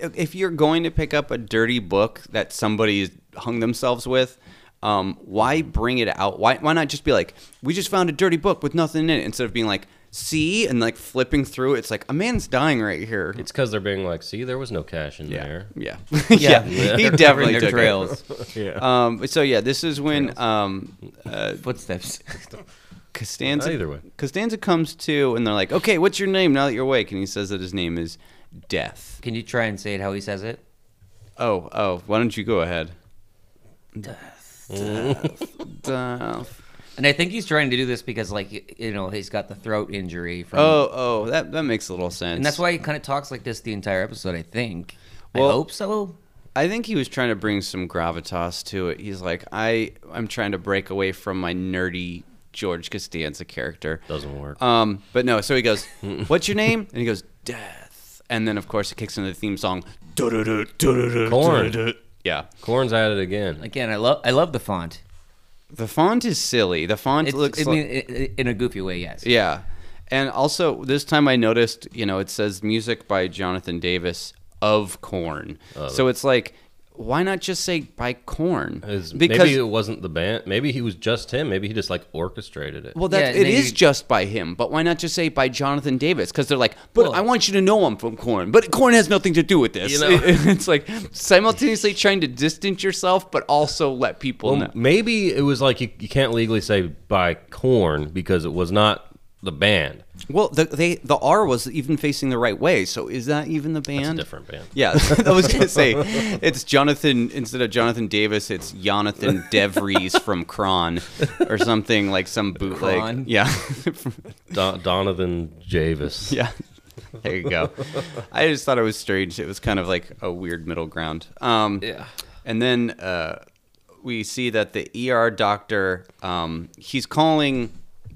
Speaker 1: If you're going to pick up a dirty book that somebody hung themselves with, um, why bring it out? Why, why not just be like, we just found a dirty book with nothing in it, instead of being like, see, and like flipping through. It's like a man's dying right here.
Speaker 3: It's because they're being like, see, there was no cash in
Speaker 1: yeah,
Speaker 3: there.
Speaker 1: yeah, yeah. He
Speaker 2: They're-
Speaker 1: definitely
Speaker 2: they're
Speaker 1: took trails.
Speaker 2: trails,
Speaker 3: Yeah.
Speaker 1: Um, so yeah, this is when um,
Speaker 2: footsteps.
Speaker 1: Costanza.
Speaker 3: Either way.
Speaker 1: Costanza comes to, and they're like, "Okay, what's your name now that you're awake?" And he says that his name is Death.
Speaker 2: Can you try and say it how he says it?
Speaker 1: Oh, oh, why don't you go ahead? Death. Death.
Speaker 2: And I think he's trying to do this because like y- you know he's got the throat injury from,
Speaker 1: Oh, oh, that that makes a little sense.
Speaker 2: and that's why he kind of talks like this the entire episode. I think.
Speaker 1: Well-
Speaker 2: I hope so.
Speaker 1: I think he was trying to bring some gravitas to it. He's like, I I'm trying to break away from my nerdy George Costanza character.
Speaker 3: Doesn't work.
Speaker 1: Um, but no, so he goes, "What's your name?" And he goes, "Death." And then of course it kicks into the theme song. Du-du-du, du-du-du,
Speaker 3: Corn.
Speaker 1: du-du-du. Yeah.
Speaker 3: Corn's at it again.
Speaker 2: Again, I love I love the font.
Speaker 1: The font is silly. The font
Speaker 2: It's,
Speaker 1: looks
Speaker 2: I
Speaker 1: like
Speaker 2: mean, i- i- in a goofy way, yes.
Speaker 1: Yeah. And also this time I noticed, you know, it says music by Jonathan Davis of Corn. so it's like why not just say by Corn?
Speaker 3: Is-
Speaker 1: because
Speaker 3: maybe it wasn't the band. Maybe he was just him. Maybe he just like orchestrated it.
Speaker 1: well, that
Speaker 2: Yeah,
Speaker 1: it
Speaker 2: maybe-
Speaker 1: is just by him, but why not just say by Jonathan Davis? Because they're like, but
Speaker 2: Well-
Speaker 1: I want you to know I'm from Corn, but Corn has nothing to do with this.
Speaker 3: You know?
Speaker 1: it's like simultaneously trying to distance yourself, but also let people
Speaker 3: Well,
Speaker 1: know.
Speaker 3: maybe it was like you, you can't legally say by Corn because it was not the band.
Speaker 1: Well, the, they the R was even facing the right way, so is that even the band?
Speaker 3: It's a different band.
Speaker 1: Yeah, I was gonna say it's Jonathan instead of Jonathan Davis, it's Jonathan Devries from Kron or something like some bootleg.
Speaker 2: Kron?
Speaker 1: Yeah,
Speaker 3: Don- Donovan Javis.
Speaker 1: yeah. There you go. I just thought it was strange. It was kind of like a weird middle ground. Um,
Speaker 3: Yeah.
Speaker 1: And then uh, we see that the ER doctor, um, he's calling.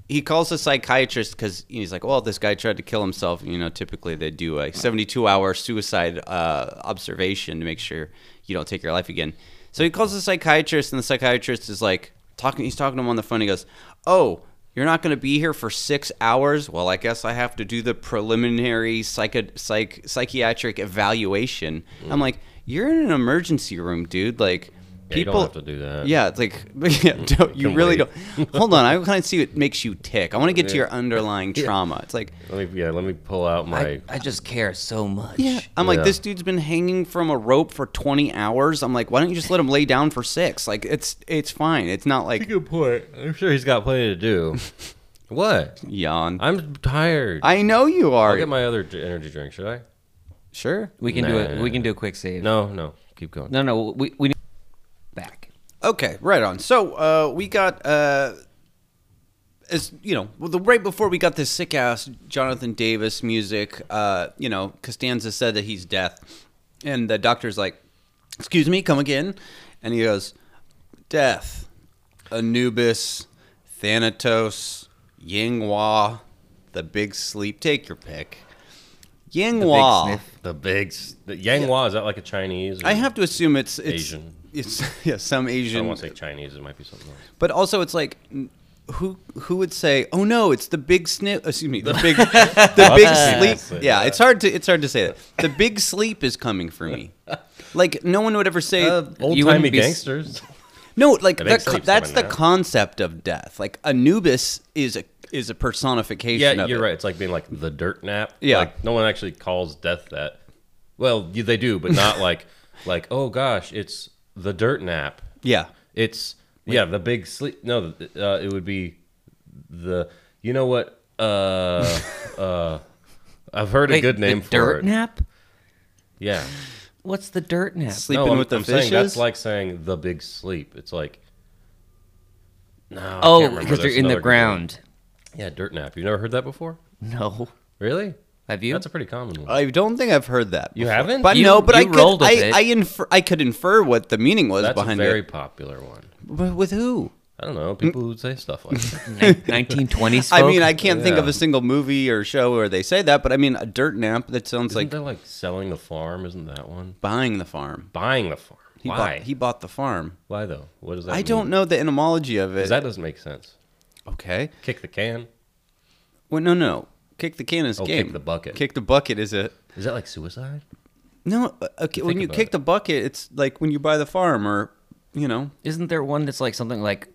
Speaker 1: He calls the psychiatrist because he's like, "Well, this guy tried to kill himself." You know, typically they do a 72-hour suicide uh, observation to make sure you don't take your life again. So he calls the psychiatrist, and the psychiatrist is like talking. He's talking to him on the phone. He goes, "Oh, you're not going to be here for six hours. Well, I guess I have to do the preliminary psycho- psych- psychiatric evaluation. I'm like, you're in an emergency room, dude. Like,
Speaker 3: Mm. Yeah, you don't have to do that.
Speaker 1: Yeah, it's like yeah, don't, you
Speaker 3: Mm, Can
Speaker 1: really
Speaker 3: wait.
Speaker 1: don't. Hold on, I want to see what makes you tick. I want to get to
Speaker 3: Yeah.
Speaker 1: your underlying trauma. It's like
Speaker 3: Let me yeah, let me pull out my
Speaker 2: I, I just care so much.
Speaker 1: yeah, I'm like
Speaker 3: Yeah.
Speaker 1: this dude's been hanging from a rope for 20 hours. I'm like, why don't you just let him lay down for six? Like it's it's fine. It's not like
Speaker 3: good point. I'm sure he's got plenty to do. what?
Speaker 1: yawn.
Speaker 3: I'm tired.
Speaker 1: I know you
Speaker 3: I'll
Speaker 1: are.
Speaker 3: get my other d- energy drink. Should I?
Speaker 1: sure.
Speaker 2: We can do it.
Speaker 3: Nah.
Speaker 2: We can do a quick save.
Speaker 3: No, no. Keep going.
Speaker 2: no, no. We we need back.
Speaker 1: Okay, right on. So uh, we got, uh, as you know, well, the, right before we got this sick ass Jonathan Davis music, uh, you know, Costanza said that he's death, and the doctor's like, "Excuse me, come again," and he goes, "Death, Anubis, Thanatos, Yinghua, the Big Sleep. Take your pick." Yinghua.
Speaker 2: sniff.
Speaker 3: The big s- the Yang Hua is that like a Chinese? Or,
Speaker 1: I have to assume it's it's
Speaker 3: Asian.
Speaker 1: It's yeah, some
Speaker 3: I don't
Speaker 1: Asian
Speaker 3: want to say Chinese. It might be something else.
Speaker 1: But also, it's like, n- who who would say, "Oh no, it's the big snip"? Excuse me, the big the big
Speaker 3: Sleep.
Speaker 1: sleep. Yeah, it's hard to it's hard to say that. The big sleep is coming for me. Like no one would ever say
Speaker 3: Old
Speaker 2: you
Speaker 3: timey
Speaker 2: wouldn't be s-
Speaker 3: gangsters.
Speaker 1: no. Like
Speaker 3: Uh, The
Speaker 1: that
Speaker 3: big
Speaker 1: co-
Speaker 3: sleep's
Speaker 1: that's
Speaker 3: coming
Speaker 1: the
Speaker 3: now.
Speaker 1: concept of death. Like Anubis is a is a personification.
Speaker 3: yeah,
Speaker 1: of
Speaker 3: you're
Speaker 1: it.
Speaker 3: right. It's like being like the dirt nap.
Speaker 1: Yeah.
Speaker 3: Like, no one actually calls death that. Well, you, they do, but not like like oh gosh, it's the dirt nap.
Speaker 1: Yeah,
Speaker 3: It's yeah, the big sleep. No, th- uh, it would be the. You know what? Uh, uh, I've heard a
Speaker 2: Wait,
Speaker 3: good name
Speaker 2: the
Speaker 3: for
Speaker 2: dirt
Speaker 3: it.
Speaker 2: nap.
Speaker 3: Yeah,
Speaker 2: What's the dirt nap?
Speaker 1: sleeping
Speaker 3: no, I'm,
Speaker 1: with the
Speaker 3: I'm saying that's
Speaker 1: fishes.
Speaker 3: like saying the big sleep. It's like. No, I can't
Speaker 2: oh,
Speaker 3: remember.
Speaker 2: because they're
Speaker 3: There's
Speaker 2: in the
Speaker 3: another good name.
Speaker 2: ground.
Speaker 3: Yeah, dirt nap. You never heard that before?
Speaker 2: No,
Speaker 3: Really?
Speaker 2: have you?
Speaker 3: That's a pretty common one.
Speaker 1: I don't think I've heard that.
Speaker 3: You
Speaker 1: before.
Speaker 3: haven't?
Speaker 1: but
Speaker 2: You-
Speaker 1: no, but
Speaker 2: you
Speaker 1: I could
Speaker 2: rolled with
Speaker 1: I,
Speaker 2: it.
Speaker 1: I infer I could infer what the meaning was
Speaker 3: That's
Speaker 1: behind
Speaker 3: a very
Speaker 1: it.
Speaker 3: popular one.
Speaker 1: But with who?
Speaker 3: I don't know people who say stuff like that.
Speaker 2: Nineteen twenties.
Speaker 1: I mean, I can't think of
Speaker 3: Yeah.
Speaker 1: a single movie or show where they say that, but I mean, a dirt nap that sounds
Speaker 3: Isn't
Speaker 1: like
Speaker 3: there like selling the farm? Isn't that one
Speaker 1: buying the farm.
Speaker 3: buying the farm?
Speaker 1: He
Speaker 3: Why?
Speaker 1: bought he bought the farm.
Speaker 3: Why though? What does that?
Speaker 1: I
Speaker 3: mean?
Speaker 1: don't know the etymology of it.
Speaker 3: 'Cause That doesn't make sense.
Speaker 1: okay.
Speaker 3: Kick the can.
Speaker 1: Well, no, no. Kick the can is a
Speaker 3: Oh,
Speaker 1: game.
Speaker 3: kick the bucket.
Speaker 1: Kick the bucket is a
Speaker 3: Is that like suicide?
Speaker 1: no. uh, Okay, when
Speaker 3: Think
Speaker 1: you
Speaker 3: about
Speaker 1: kick
Speaker 3: it.
Speaker 1: the bucket, it's like when you buy the farm, or you know,
Speaker 2: Isn't there one that's like something like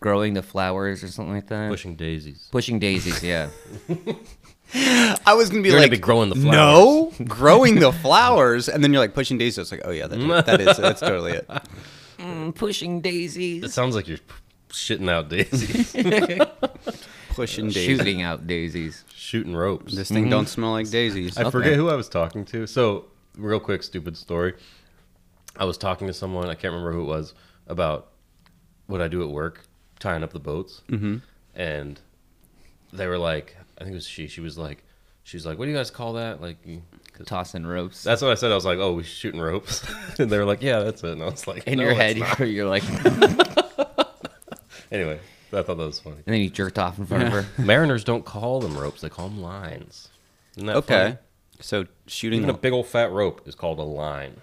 Speaker 2: growing the flowers or something like that?
Speaker 3: Pushing daisies.
Speaker 2: Pushing daisies. Yeah.
Speaker 1: I was gonna be
Speaker 3: You're gonna
Speaker 1: like
Speaker 3: be growing the
Speaker 1: No, growing the flowers, and then you're like pushing daisies. It's like, oh yeah, that, that is that's totally it.
Speaker 2: Mm, pushing
Speaker 3: It
Speaker 2: daisies.
Speaker 3: sounds like you're p- shitting out daisies,
Speaker 1: Pushing daisies.
Speaker 2: Shooting out daisies.
Speaker 3: shooting ropes.
Speaker 1: This thing don't smell like daisies.
Speaker 3: Mm-hmm. I forget who I was talking to. So, real quick, stupid story. I was talking to someone I can't remember who it was about what I do at work, tying up the boats, mm-hmm. and they were like, I think it was she. She was like, she was like, what do you guys call that? Like, you- 'cause-
Speaker 2: Tossing ropes.
Speaker 3: that's what I said. I was like, oh, we shooting ropes, and they were like, yeah, that's it. And I was like,
Speaker 2: in
Speaker 3: "No,
Speaker 2: your
Speaker 3: it's
Speaker 2: head,
Speaker 3: not."
Speaker 2: you're, you're like, and
Speaker 3: Anyway, I thought that was funny.
Speaker 2: then you jerked off in front of her.
Speaker 3: Mariners don't call them ropes; they call them lines. Isn't that
Speaker 1: Okay.
Speaker 3: funny?
Speaker 1: So shooting
Speaker 3: Even a big old fat rope is called a line.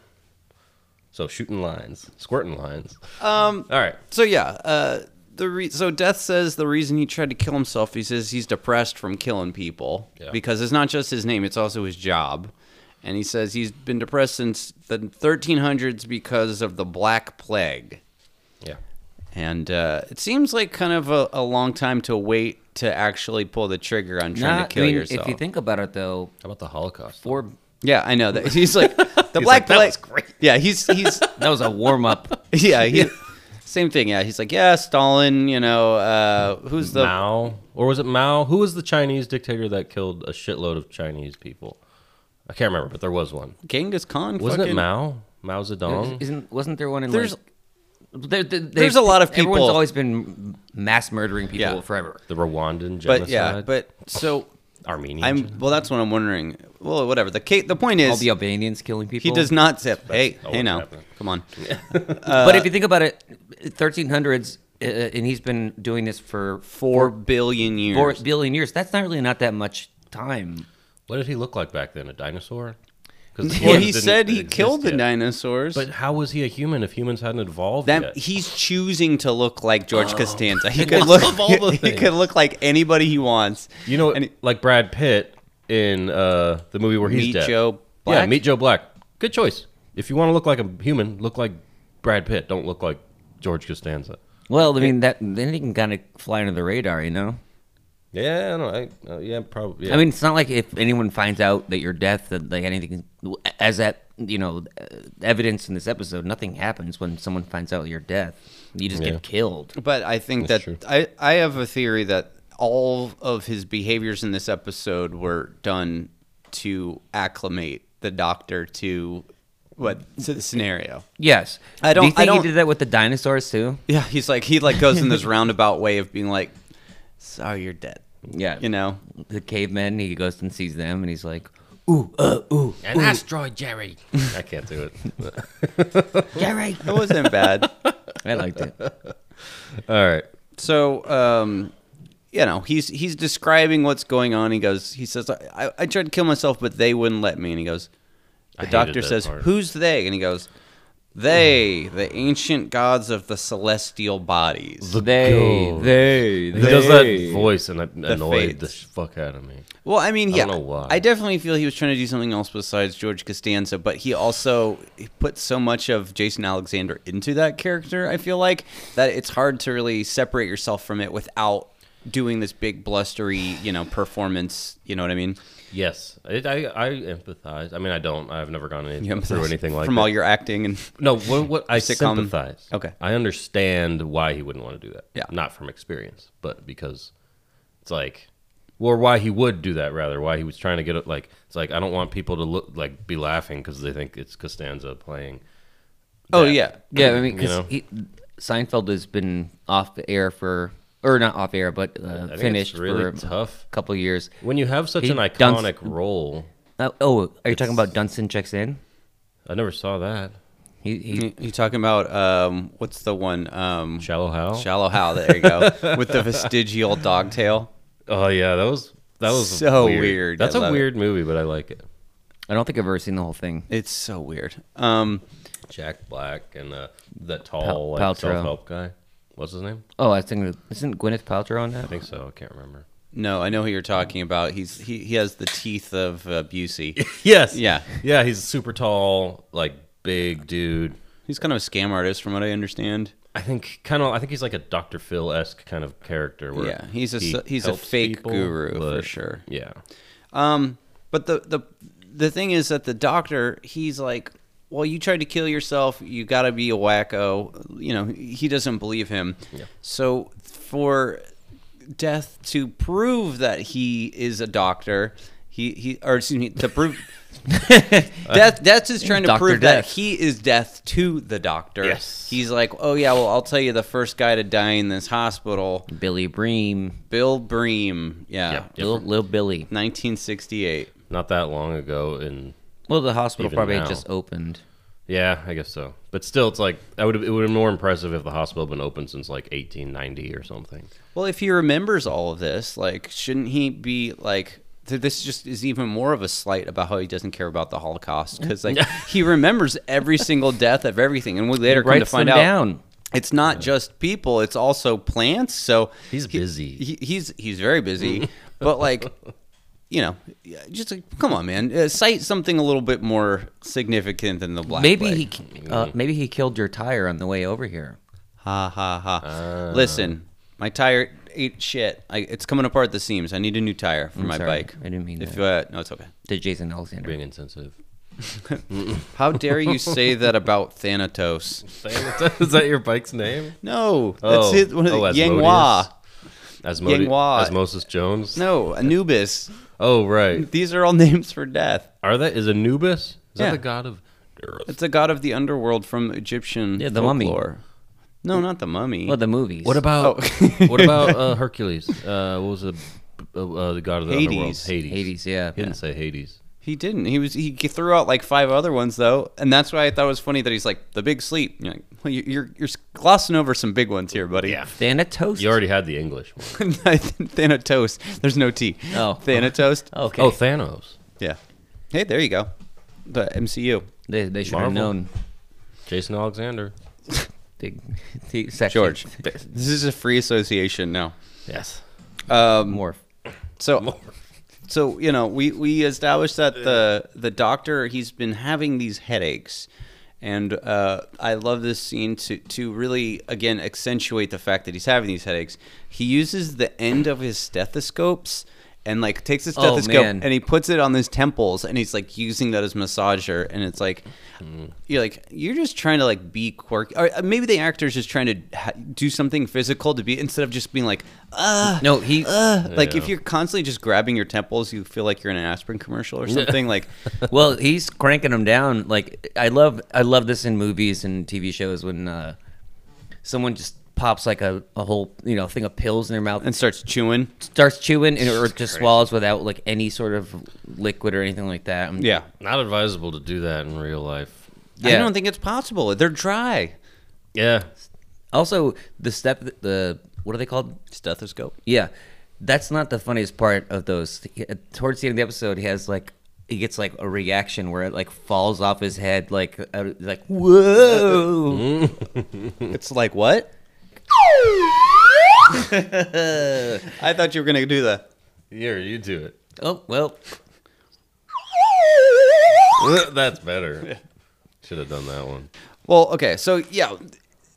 Speaker 3: So shooting lines, squirting lines. Um. All right.
Speaker 1: So yeah, uh, the re- so Death says the reason he tried to kill himself, he says he's depressed from killing people
Speaker 3: Yeah.
Speaker 1: because it's not just his name, it's also his job. And he says he's been depressed since the 1300s because of the Black Plague.
Speaker 3: Yeah.
Speaker 1: And uh, it seems like kind of a, a long time to wait to actually pull the trigger on trying
Speaker 2: Nah,
Speaker 1: to kill
Speaker 2: I mean,
Speaker 1: yourself.
Speaker 2: If you think about it, though,
Speaker 3: How about the Holocaust?
Speaker 2: four,
Speaker 1: yeah, I know that he's like the Black
Speaker 3: like, "That
Speaker 1: Plague.
Speaker 3: was great."
Speaker 1: Yeah, he's he's
Speaker 2: that was a warm up.
Speaker 1: yeah he. Same thing, yeah. He's like, yeah, Stalin, you know, uh, who's the
Speaker 3: Mao, or was it Mao? Who was the Chinese dictator that killed a shitload of Chinese people? I can't remember, but there was one.
Speaker 1: Genghis Khan.
Speaker 3: Wasn't
Speaker 1: fucking-
Speaker 3: it Mao? Mao Zedong.
Speaker 2: Isn't wasn't there one in
Speaker 1: There's-
Speaker 2: like? There, there-
Speaker 1: there's
Speaker 2: they've-
Speaker 1: a lot of people-
Speaker 2: Everyone's always been mass murdering people
Speaker 1: Yeah.
Speaker 2: forever.
Speaker 3: the Rwandan genocide.
Speaker 1: But yeah, but so
Speaker 3: Armenian.
Speaker 1: I'm. Well, that's what I'm wondering. Well, whatever. The ca- the point
Speaker 2: All
Speaker 1: is,
Speaker 2: the Albanians killing people.
Speaker 1: he does not zip. Hey,
Speaker 3: always
Speaker 1: hey, now,
Speaker 3: happening.
Speaker 1: come on.
Speaker 2: but
Speaker 1: uh,
Speaker 2: if you think about it, 1300s, uh, and he's been doing this for
Speaker 1: Four billion years.
Speaker 2: four billion years. That's not really not that much time.
Speaker 3: what did he look like back then? A dinosaur? Because
Speaker 1: well, he said he killed the dinosaurs.
Speaker 3: But how was he a human if humans hadn't evolved
Speaker 1: that
Speaker 3: yet?
Speaker 1: he's choosing to look like George Costanza. He could look.
Speaker 3: Of Oh. all the
Speaker 1: he
Speaker 3: things.
Speaker 1: could look like anybody he wants.
Speaker 3: You know,
Speaker 1: And he-
Speaker 3: like Brad Pitt in uh, the movie where he's
Speaker 1: Meet
Speaker 3: dead.
Speaker 1: Joe
Speaker 3: Yeah,
Speaker 1: Black?
Speaker 3: Meet Joe Black. Good choice. If you want to look like a human, look like Brad Pitt. Don't look like George Costanza.
Speaker 2: Well, I mean that then he can kind of fly under the radar, you know.
Speaker 3: Yeah, I know. I, uh, yeah, probably. yeah.
Speaker 2: I mean, it's not like if anyone finds out that you're deaf, that like anything, as that you know, uh, evidence in this episode, nothing happens when someone finds out you're deaf. You just
Speaker 3: Yeah.
Speaker 2: get killed.
Speaker 1: But I think
Speaker 3: That's
Speaker 1: that
Speaker 3: true.
Speaker 1: I, I have a theory that all of his behaviors in this episode were done to acclimate the doctor to what to the scenario.
Speaker 2: Yes,
Speaker 1: I
Speaker 2: Do
Speaker 1: don't-
Speaker 2: you
Speaker 1: I
Speaker 2: think
Speaker 1: don't-
Speaker 2: he did that with the dinosaurs too?
Speaker 1: Yeah, he's like he like goes in this roundabout way of being like, "Sorry, you're dead."
Speaker 2: Yeah,
Speaker 1: You know,
Speaker 2: the cavemen. He goes and sees them, and he's like, "Ooh, uh, ooh,
Speaker 4: An asteroid, Jerry.
Speaker 3: I can't do it.
Speaker 2: Gary."
Speaker 1: it wasn't bad.
Speaker 2: I liked it.
Speaker 3: All right.
Speaker 1: So, um, you know, he's he's describing what's going on. He goes, he says, I, I, I tried to kill myself, but they wouldn't let me. And he goes, the
Speaker 3: hated
Speaker 1: doctor
Speaker 3: that
Speaker 1: says,
Speaker 3: part.
Speaker 1: who's they? And he goes, they, the ancient gods of the celestial bodies.
Speaker 2: They,
Speaker 3: goat.
Speaker 2: they, they.
Speaker 3: He does that voice and it annoyed the
Speaker 1: fates.
Speaker 3: sh- fuck out of me.
Speaker 1: Well, I mean,
Speaker 3: I
Speaker 1: yeah,
Speaker 3: don't know why.
Speaker 1: I definitely feel he was trying to do something else besides George Costanza, but he also he put so much of Jason Alexander into that character. I feel like that it's hard to really separate yourself from it without doing this big blustery, you know, performance. You know what I mean?
Speaker 3: Yes, it, I I empathize. I mean, I don't. I've never gone any,
Speaker 1: You
Speaker 3: through
Speaker 1: empathize
Speaker 3: anything like
Speaker 1: from
Speaker 3: that.
Speaker 1: all your acting and
Speaker 3: no. What, what I
Speaker 1: sitcom-
Speaker 3: sympathize.
Speaker 1: Okay.
Speaker 3: I understand why he wouldn't want to do that.
Speaker 1: Yeah.
Speaker 3: not from experience, but because it's like, or why he would do that rather. Why he was trying to get it. Like it's like I don't want people to look like be laughing because they think it's Costanza playing.
Speaker 1: oh
Speaker 3: that.
Speaker 1: yeah,
Speaker 2: Yeah, I mean,
Speaker 3: You know?
Speaker 2: because Seinfeld has been off the air for, or not off air, but
Speaker 3: I
Speaker 2: uh,
Speaker 3: think
Speaker 2: finished
Speaker 3: it's really
Speaker 2: for
Speaker 3: tough
Speaker 2: a couple years.
Speaker 3: when you have such
Speaker 2: He
Speaker 3: an
Speaker 2: dunks-
Speaker 3: iconic role.
Speaker 2: Uh, oh, are you talking about Dunstan checks in?
Speaker 3: I never saw that.
Speaker 2: He, he
Speaker 1: You, you talking about um, what's the one? Um,
Speaker 3: Shallow Hal.
Speaker 1: Shallow Hal. There you go. With the vestigial dogtail.
Speaker 3: oh yeah, that was that was
Speaker 1: So weird.
Speaker 3: That's
Speaker 1: I
Speaker 3: a
Speaker 1: love it.
Speaker 3: weird movie, but I like it.
Speaker 2: I don't think I've ever seen the whole thing.
Speaker 1: It's so weird. Um,
Speaker 3: Jack Black and uh, the tall
Speaker 2: Pal-
Speaker 3: like,
Speaker 2: Paltrow.
Speaker 3: self-help guy. What's his name?
Speaker 2: Oh, I think isn't Gwyneth Paltrow on that?
Speaker 3: I think so. I can't remember.
Speaker 1: no, I know who you're talking about. He's he, he has the teeth of uh, Busey.
Speaker 3: Yes.
Speaker 1: Yeah.
Speaker 3: Yeah. He's a super tall, like big dude.
Speaker 1: He's kind of a scam artist, from what I understand.
Speaker 3: I think kind of. I think he's like a Dr. Phil esque kind of character. Where
Speaker 1: Yeah, he's a
Speaker 3: he
Speaker 1: s- he's a
Speaker 3: helps
Speaker 1: fake
Speaker 3: people,
Speaker 1: guru for
Speaker 3: but-
Speaker 1: sure.
Speaker 3: Yeah.
Speaker 1: Um, but the the the thing is that the doctor, he's like, well, you tried to kill yourself. You got to be a wacko. You know, he doesn't believe him.
Speaker 3: Yeah.
Speaker 1: So for death to prove that he is a doctor, he he or excuse me to prove. Death, Death is trying to
Speaker 2: Dr.
Speaker 1: prove that
Speaker 2: Death.
Speaker 1: he is death to the doctor.
Speaker 3: Yes.
Speaker 1: He's like, oh yeah, well I'll tell you the first guy to die in this hospital,
Speaker 2: Billy Bream,
Speaker 1: Bill Bream. Yeah,
Speaker 3: Yeah.
Speaker 2: Lil, Lil Billy.
Speaker 1: 1968.
Speaker 3: Not that long ago, and
Speaker 2: Well, the hospital
Speaker 3: Even
Speaker 2: probably
Speaker 3: now.
Speaker 2: just opened.
Speaker 3: yeah, I guess so. But still, it's like I would. It would have been more impressive if the hospital had been open since like 1890 or something.
Speaker 1: Well, if he remembers all of this, like, shouldn't he be like? th- This just is even more of a slight about how he doesn't care about the Holocaust because, like, he remembers every single death of everything, and we later come to
Speaker 2: Writes them
Speaker 1: find out
Speaker 2: down.
Speaker 1: it's not just people; it's also plants. So
Speaker 3: He's
Speaker 1: he-
Speaker 3: busy.
Speaker 1: He, he's he's very busy, but like. You know, yeah, just like, come on, man. Uh, cite something a little bit more significant than the black.
Speaker 2: Maybe
Speaker 1: plague.
Speaker 2: he uh,
Speaker 3: Mm-hmm.
Speaker 2: maybe he killed your tire on the way over here.
Speaker 1: Ha ha ha.
Speaker 2: Uh.
Speaker 1: Listen, my tire ate shit. I, it's coming apart at the seams. I need a new tire for
Speaker 2: I'm
Speaker 1: my
Speaker 2: sorry.
Speaker 1: bike.
Speaker 2: I didn't mean
Speaker 1: if, Uh, no, it's okay.
Speaker 2: To Jason Alexander.
Speaker 3: Being insensitive.
Speaker 1: How dare you say that about Thanatos?
Speaker 3: Is that your bike's name?
Speaker 1: No, that's it. One of the,
Speaker 3: oh,
Speaker 1: Yang
Speaker 3: Asmodeus.
Speaker 1: Hua.
Speaker 3: Asmode-
Speaker 1: Yanghua.
Speaker 3: Asmosis Jones.
Speaker 1: No, Anubis.
Speaker 3: Oh right.
Speaker 1: These are all names for death.
Speaker 3: Are that is Anubis? Is
Speaker 1: Yeah.
Speaker 3: that the god of
Speaker 1: It's the god of the underworld from Egyptian
Speaker 2: Yeah, the mummy.
Speaker 1: folklore. No, not the mummy.
Speaker 2: Well, the movies.
Speaker 3: What about
Speaker 1: Oh.
Speaker 3: what about uh, Hercules? Uh, what was the uh, uh, the god of the underworld?
Speaker 1: Hades.
Speaker 3: Hades.
Speaker 2: Hades? Yeah.
Speaker 3: He didn't say Hades.
Speaker 1: He didn't. He was he threw out like five other ones though, and that's why I thought it was funny that he's like the big sleep. You're like, well, you- you're you're glossing over some big ones here, buddy.
Speaker 3: Yeah.
Speaker 2: Thanatos.
Speaker 3: You already had the English one.
Speaker 1: Thanatos. There's no T.
Speaker 2: Oh.
Speaker 1: Thanatos.
Speaker 2: Okay.
Speaker 3: Oh, Thanos.
Speaker 1: Yeah. Hey, there you go. The MCU.
Speaker 2: they they should have
Speaker 3: Marvel.
Speaker 2: known.
Speaker 3: Jason Alexander.
Speaker 2: Big, the section.
Speaker 1: George. this is a free association now.
Speaker 3: Yes.
Speaker 1: Um,
Speaker 2: Morph.
Speaker 1: so so you know we we established that the the doctor he's been having these headaches And uh, I love this scene to, to really, again, accentuate the fact that he's having these headaches. He uses the end of his stethoscopes and, like, takes his
Speaker 2: Oh,
Speaker 1: stethoscope
Speaker 2: man.
Speaker 1: and he puts it on his temples and he's, like, using that as massager. And it's like,
Speaker 2: Hmm.
Speaker 1: you're like, you're just trying to, like, be quirky. Or uh, maybe the actor's just trying to ha- do something physical to be, instead of just being like, ah.
Speaker 2: No, he.
Speaker 1: Uh, like if
Speaker 3: Yeah.
Speaker 1: you're constantly just grabbing your temples, you feel like you're in an aspirin commercial or something. like
Speaker 2: well, he's cranking them down. Like I love, I love this in movies and TV shows when uh, someone just pops like a, a whole you know thing of pills in their mouth
Speaker 1: and starts chewing.
Speaker 2: starts chewing and or just
Speaker 3: Christ.
Speaker 2: swallows without like any sort of liquid or anything like that. I'm-
Speaker 1: Yeah.
Speaker 3: Not advisable to do that in real life.
Speaker 1: I
Speaker 2: Yeah.
Speaker 1: don't think it's possible. They're dry.
Speaker 3: Yeah.
Speaker 2: Also, the step the what are they called?
Speaker 1: Stethoscope.
Speaker 2: Yeah, that's not the funniest part of those. uh, Towards the end of the episode, he has like he gets like a reaction where it like falls off his head, like uh, like whoa.
Speaker 1: It's like what? I thought you were gonna do the.
Speaker 3: Here, you do it.
Speaker 2: oh well,
Speaker 3: That's better. Should have done that one.
Speaker 1: Well, okay, so yeah,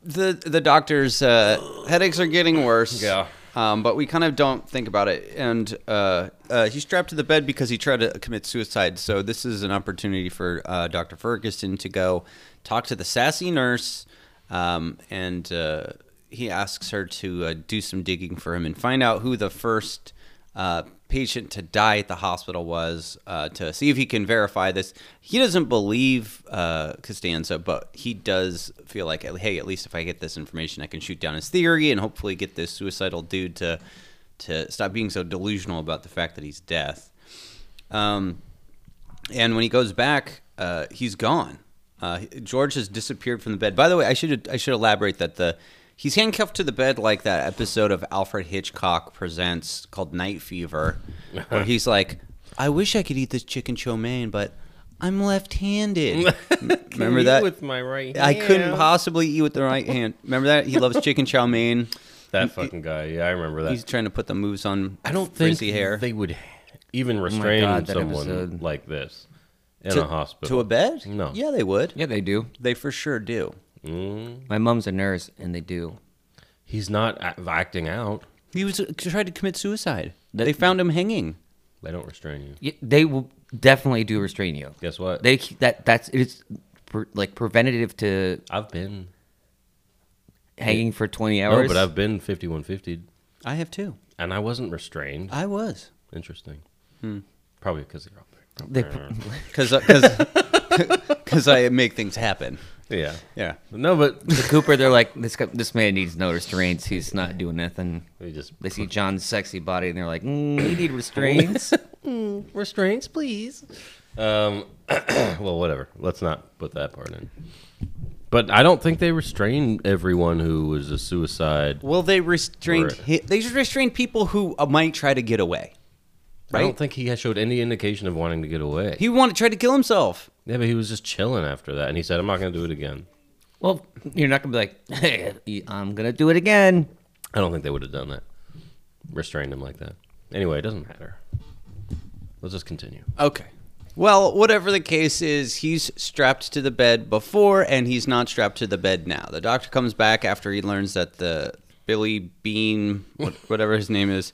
Speaker 1: the the doctor's uh, headaches are getting worse.
Speaker 3: Yeah.
Speaker 1: Um, but we kind of don't think about it, and uh, uh, he's strapped to the bed because he tried to commit suicide. So this is an opportunity for uh, Doctor Ferguson to go talk to the sassy nurse, um, and uh, he asks her to uh, do some digging for him and find out who the first uh, patient to die at the hospital was uh, to see if he can verify this. He doesn't believe uh, Costanza, but he does feel like, hey, at least if I get this information, I can shoot down his theory and hopefully get this suicidal dude to to stop being so delusional about the fact that he's death. Um, and when he goes back, uh, he's gone. Uh, George has disappeared from the bed. By the way, I should I should elaborate that the he's handcuffed to the bed like that episode of Alfred Hitchcock presents called Night Fever, where he's like, "I wish I could eat this chicken chow mein, but I'm left-handed." Remember that?
Speaker 3: With my right
Speaker 1: I couldn't possibly eat with the right hand. Remember that? He loves chicken chow mein.
Speaker 3: That fucking guy. Yeah, I remember that.
Speaker 1: He's trying to put the moves on.
Speaker 3: I don't think
Speaker 1: frizzy hair Oh
Speaker 3: they would even restrain
Speaker 2: God, that
Speaker 3: someone
Speaker 2: episode.
Speaker 3: like this in
Speaker 1: to,
Speaker 3: a hospital.
Speaker 1: to a bed.
Speaker 3: No.
Speaker 1: Yeah, they would.
Speaker 2: yeah, they do.
Speaker 1: They for sure do.
Speaker 3: Mm,
Speaker 2: My mom's a nurse, and they do.
Speaker 3: he's not a- acting out.
Speaker 1: He was uh, tried to commit suicide. they found him hanging.
Speaker 3: They don't restrain you.
Speaker 2: Y- They will definitely do restrain you.
Speaker 3: Guess what?
Speaker 2: They that that's it's pre- like preventative to
Speaker 3: I've been.
Speaker 2: hanging for twenty
Speaker 3: No,
Speaker 2: hours.
Speaker 3: but I've been 5150
Speaker 1: I have too.
Speaker 3: and I wasn't restrained.
Speaker 1: I was
Speaker 3: Interesting. Probably because they're all there.
Speaker 2: They pr-
Speaker 1: because because uh, I make things happen.
Speaker 3: Yeah.
Speaker 1: Yeah.
Speaker 3: No, but
Speaker 2: to Cooper, they're like, this guy, this man needs no restraints. He's not doing nothing.
Speaker 3: they just
Speaker 2: They see John's sexy body and they're like, mm, you need restraints.
Speaker 3: restraints, please. Um, well, whatever. Let's not put that part in. But I don't think they restrain everyone who was a suicide.
Speaker 1: Well, they restrained. hi-
Speaker 3: Right.
Speaker 1: They restrained people who uh, might try to get away.
Speaker 3: I
Speaker 1: Right.
Speaker 3: don't think he showed any indication of wanting to get away.
Speaker 1: He wanted to try to kill himself.
Speaker 3: yeah, but he was just chilling after that, and he said, "I'm not going to do it again."
Speaker 2: well, you're not gonna be like, "Hey, I'm gonna do it again.
Speaker 3: I don't think they would have done that, restrained him like that. Anyway, it doesn't matter. Let's just continue.
Speaker 1: Okay. Well, whatever the case is, he's strapped to the bed before, and he's not strapped to the bed now. The doctor comes back after he learns that the Billy Bean, what- whatever his name is,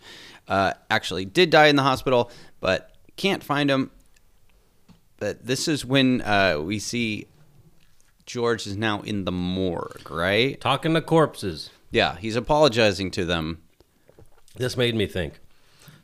Speaker 1: uh, actually did die in the hospital, but can't find him. But this is when uh, we see George is now in the morgue, right?
Speaker 3: Talking to corpses.
Speaker 1: Yeah, he's apologizing to them.
Speaker 3: This made me think.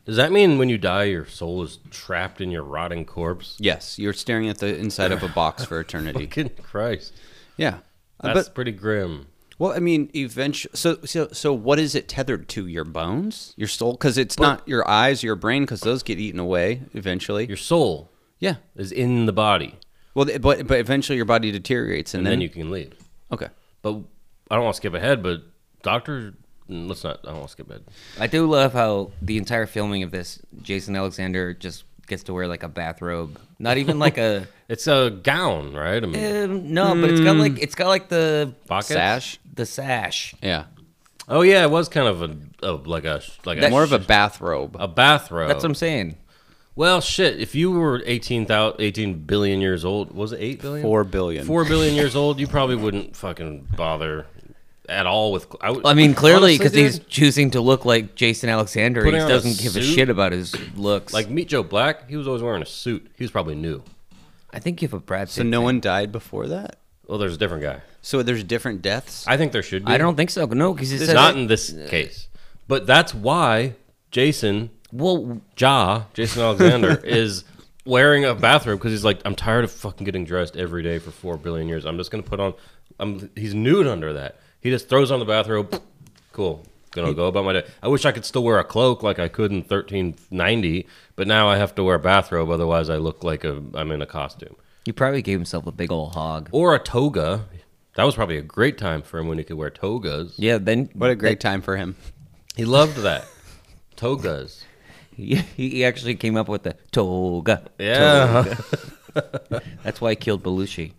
Speaker 3: Does that mean when you die, your soul is trapped in your rotting corpse?
Speaker 1: Yes, you're staring at the inside of a box for eternity.
Speaker 3: Fucking Christ,
Speaker 1: Yeah. Uh,
Speaker 3: that's pretty grim.
Speaker 1: Well, I mean, eventually. So, so, so, what is it tethered to? Your bones, your soul, because it's not your eyes, your brain, because those get eaten away eventually.
Speaker 3: Your soul
Speaker 1: yeah.
Speaker 3: is in the body,
Speaker 1: Well, th- but but eventually your body deteriorates, and,
Speaker 3: and
Speaker 1: then,
Speaker 3: then you can leave.
Speaker 1: okay.
Speaker 3: But I don't want to skip ahead. But doctor, mm, let's not. I don't want to skip ahead.
Speaker 2: I do love how the entire filming of this, Jason Alexander just gets to wear like a bathrobe. Not even like a
Speaker 3: It's a gown, right? I mean,
Speaker 2: um, no, but it's got like it's got like the
Speaker 3: Pockets?
Speaker 1: Sash.
Speaker 2: the sash.
Speaker 1: Yeah.
Speaker 3: Oh yeah, it was kind of a, a like a like a
Speaker 1: More of a bathrobe.
Speaker 3: a bathrobe.
Speaker 2: That's what I'm saying.
Speaker 3: Well, shit. If you were 18, thou- 18 billion years old, was it 8 billion?
Speaker 1: Four billion.
Speaker 3: Four billion years old, you probably wouldn't fucking bother at all with. I, would,
Speaker 2: I mean, clearly, because
Speaker 3: Honestly,
Speaker 2: he's
Speaker 3: dude,
Speaker 2: choosing to look like Jason Alexander, he
Speaker 3: Putting on a
Speaker 2: doesn't give a
Speaker 3: suit?
Speaker 2: shit about his looks.
Speaker 3: Like, meet Joe Black. He was always wearing a suit. He was probably new.
Speaker 2: I think you have a Brad Pitt.
Speaker 1: So no one died before that.
Speaker 3: Well, there's a different guy.
Speaker 1: So there's different deaths.
Speaker 3: I think there should be.
Speaker 2: I don't think so. No, because he says
Speaker 3: Not in this case. But that's why Jason
Speaker 2: well,
Speaker 3: Ja, Jason Alexander, is wearing a bathrobe because he's like, I'm tired of fucking getting dressed every day for four billion years. I'm just gonna put on. I'm. He's nude under that. He just throws on the bathrobe. Cool. Gonna go about my day. I wish I could still wear a cloak like I could in 1390, but now I have to wear a bathrobe. Otherwise, I look like a, I'm in a costume
Speaker 2: he probably gave himself a big old hog.
Speaker 3: or a toga. That was probably a great time for him when he could wear togas.
Speaker 2: Yeah, then
Speaker 1: What a great time for him.
Speaker 3: He loved that togas.
Speaker 2: He, he actually came up with the toga.
Speaker 3: Yeah,
Speaker 2: That's why he killed Belushi.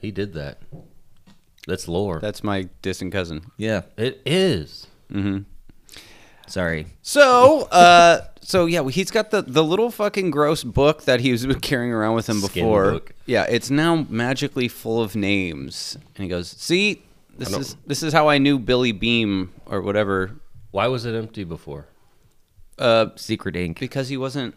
Speaker 3: he did that. That's lore.
Speaker 1: That's my distant cousin.
Speaker 2: Yeah,
Speaker 3: It is.
Speaker 2: sorry.
Speaker 1: So, uh, so yeah, he's got the the little fucking gross book that he was carrying around with him
Speaker 3: Skin
Speaker 1: before.
Speaker 3: book.
Speaker 1: Yeah, it's now magically full of names, and he goes, "See, this
Speaker 3: don't-
Speaker 1: is this is how I knew Billy Beam or whatever,
Speaker 3: Why was it empty before?
Speaker 1: uh,
Speaker 2: Secret Ink.
Speaker 1: because he wasn't.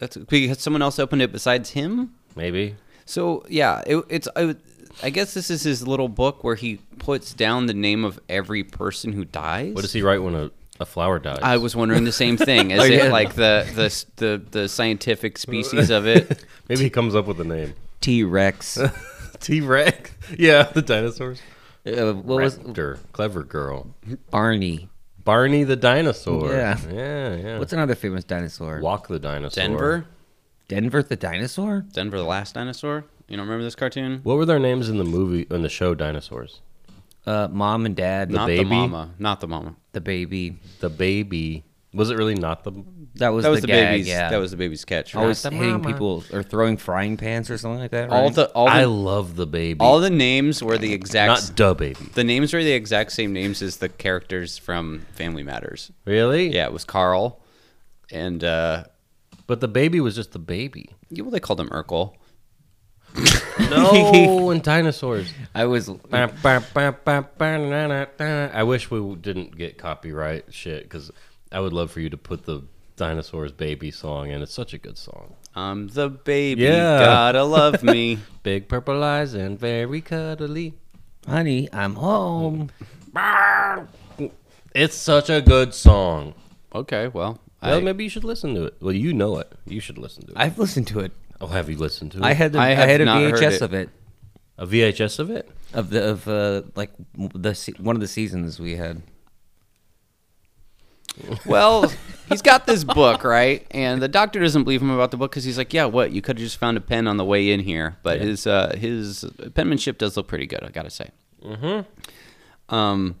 Speaker 1: That's because someone else opened it besides him.
Speaker 3: Maybe.
Speaker 1: So yeah, it, it's I, would- I guess this is his little book where he puts down the name of every person who dies.
Speaker 3: What does he write when a, a flower dies?
Speaker 1: I was wondering the same thing. Is
Speaker 3: Oh, yeah.
Speaker 1: it like the, the the the scientific species of it?
Speaker 3: Maybe he comes up with a name.
Speaker 2: T Rex. uh,
Speaker 3: T Rex. Yeah, the dinosaurs.
Speaker 2: what was
Speaker 3: Raptor. Clever girl.
Speaker 2: Arnie?
Speaker 3: Barney the dinosaur.
Speaker 2: Yeah.
Speaker 3: Yeah, yeah.
Speaker 2: What's another famous dinosaur?
Speaker 3: Walk the dinosaur.
Speaker 1: Denver,
Speaker 2: Denver the dinosaur?
Speaker 1: Denver, the last dinosaur. You don't remember this cartoon?
Speaker 3: What were their names in the movie in the show Dinosaurs?
Speaker 2: Uh, mom and dad.
Speaker 1: not
Speaker 3: baby?
Speaker 1: the mama. Not the mama.
Speaker 2: the baby.
Speaker 3: The baby. Was it really not the
Speaker 2: That was
Speaker 1: That was the,
Speaker 2: the, gag,
Speaker 1: baby's.
Speaker 2: Yeah.
Speaker 1: That was the baby's catch. right?
Speaker 2: always
Speaker 3: Not the
Speaker 2: hitting
Speaker 3: mama.
Speaker 2: people or throwing frying pans or something like that.
Speaker 1: all
Speaker 2: right?
Speaker 1: the all
Speaker 3: I
Speaker 1: the,
Speaker 3: love the baby.
Speaker 1: all the names were the exact.
Speaker 3: not the baby.
Speaker 1: the names were the exact same names as the characters from Family Matters.
Speaker 3: Really?
Speaker 1: Yeah, it was Carl, and uh,
Speaker 3: But the baby was just the baby.
Speaker 1: yeah, well, they called him Urkel.
Speaker 3: No, in dinosaurs.
Speaker 2: I was
Speaker 3: Ba- ba- ba- ba- ba- na- na- na. I wish we didn't get copyright shit because I would love for you to put the dinosaurs baby song in. It's such a good song.
Speaker 1: I'm Um, the baby.
Speaker 3: Yeah.
Speaker 1: Gotta love me.
Speaker 3: Big purple eyes and very cuddly.
Speaker 2: honey, I'm home.
Speaker 3: It's such a good song.
Speaker 1: okay, well,
Speaker 3: Well,
Speaker 1: I,
Speaker 3: maybe you should listen to it. Well, you know it. You should listen to it.
Speaker 2: I've listened to it.
Speaker 3: oh, have you listened to it?
Speaker 2: I had the, I,
Speaker 1: I have
Speaker 2: had a
Speaker 1: not heard
Speaker 2: VHS
Speaker 1: it.
Speaker 2: of it
Speaker 3: a VHS of it.
Speaker 2: of the of uh, like w- the se- one of the seasons we had.
Speaker 1: Well, he's got this book, right? And the doctor doesn't believe him about the book because he's like, "Yeah, what? You could have just found a pen on the way in here." But his uh, his penmanship does look pretty good, I gotta say. Mm-hmm. Um,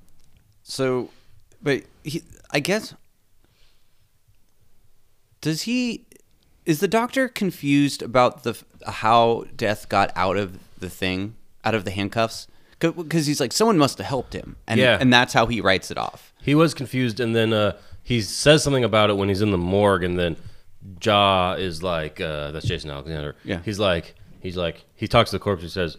Speaker 1: so, but he, I guess, does he? Is the doctor confused about the f- how death got out of the thing, out of the handcuffs? Because he's like, someone must have helped him, and
Speaker 3: Yeah.
Speaker 1: and that's how he writes it off.
Speaker 3: He was confused, and then uh, he says something about it when he's in the morgue, and then Ja is like, uh, "That's Jason Alexander."
Speaker 1: Yeah.
Speaker 3: he's like, he's like, he talks to the corpse. He says,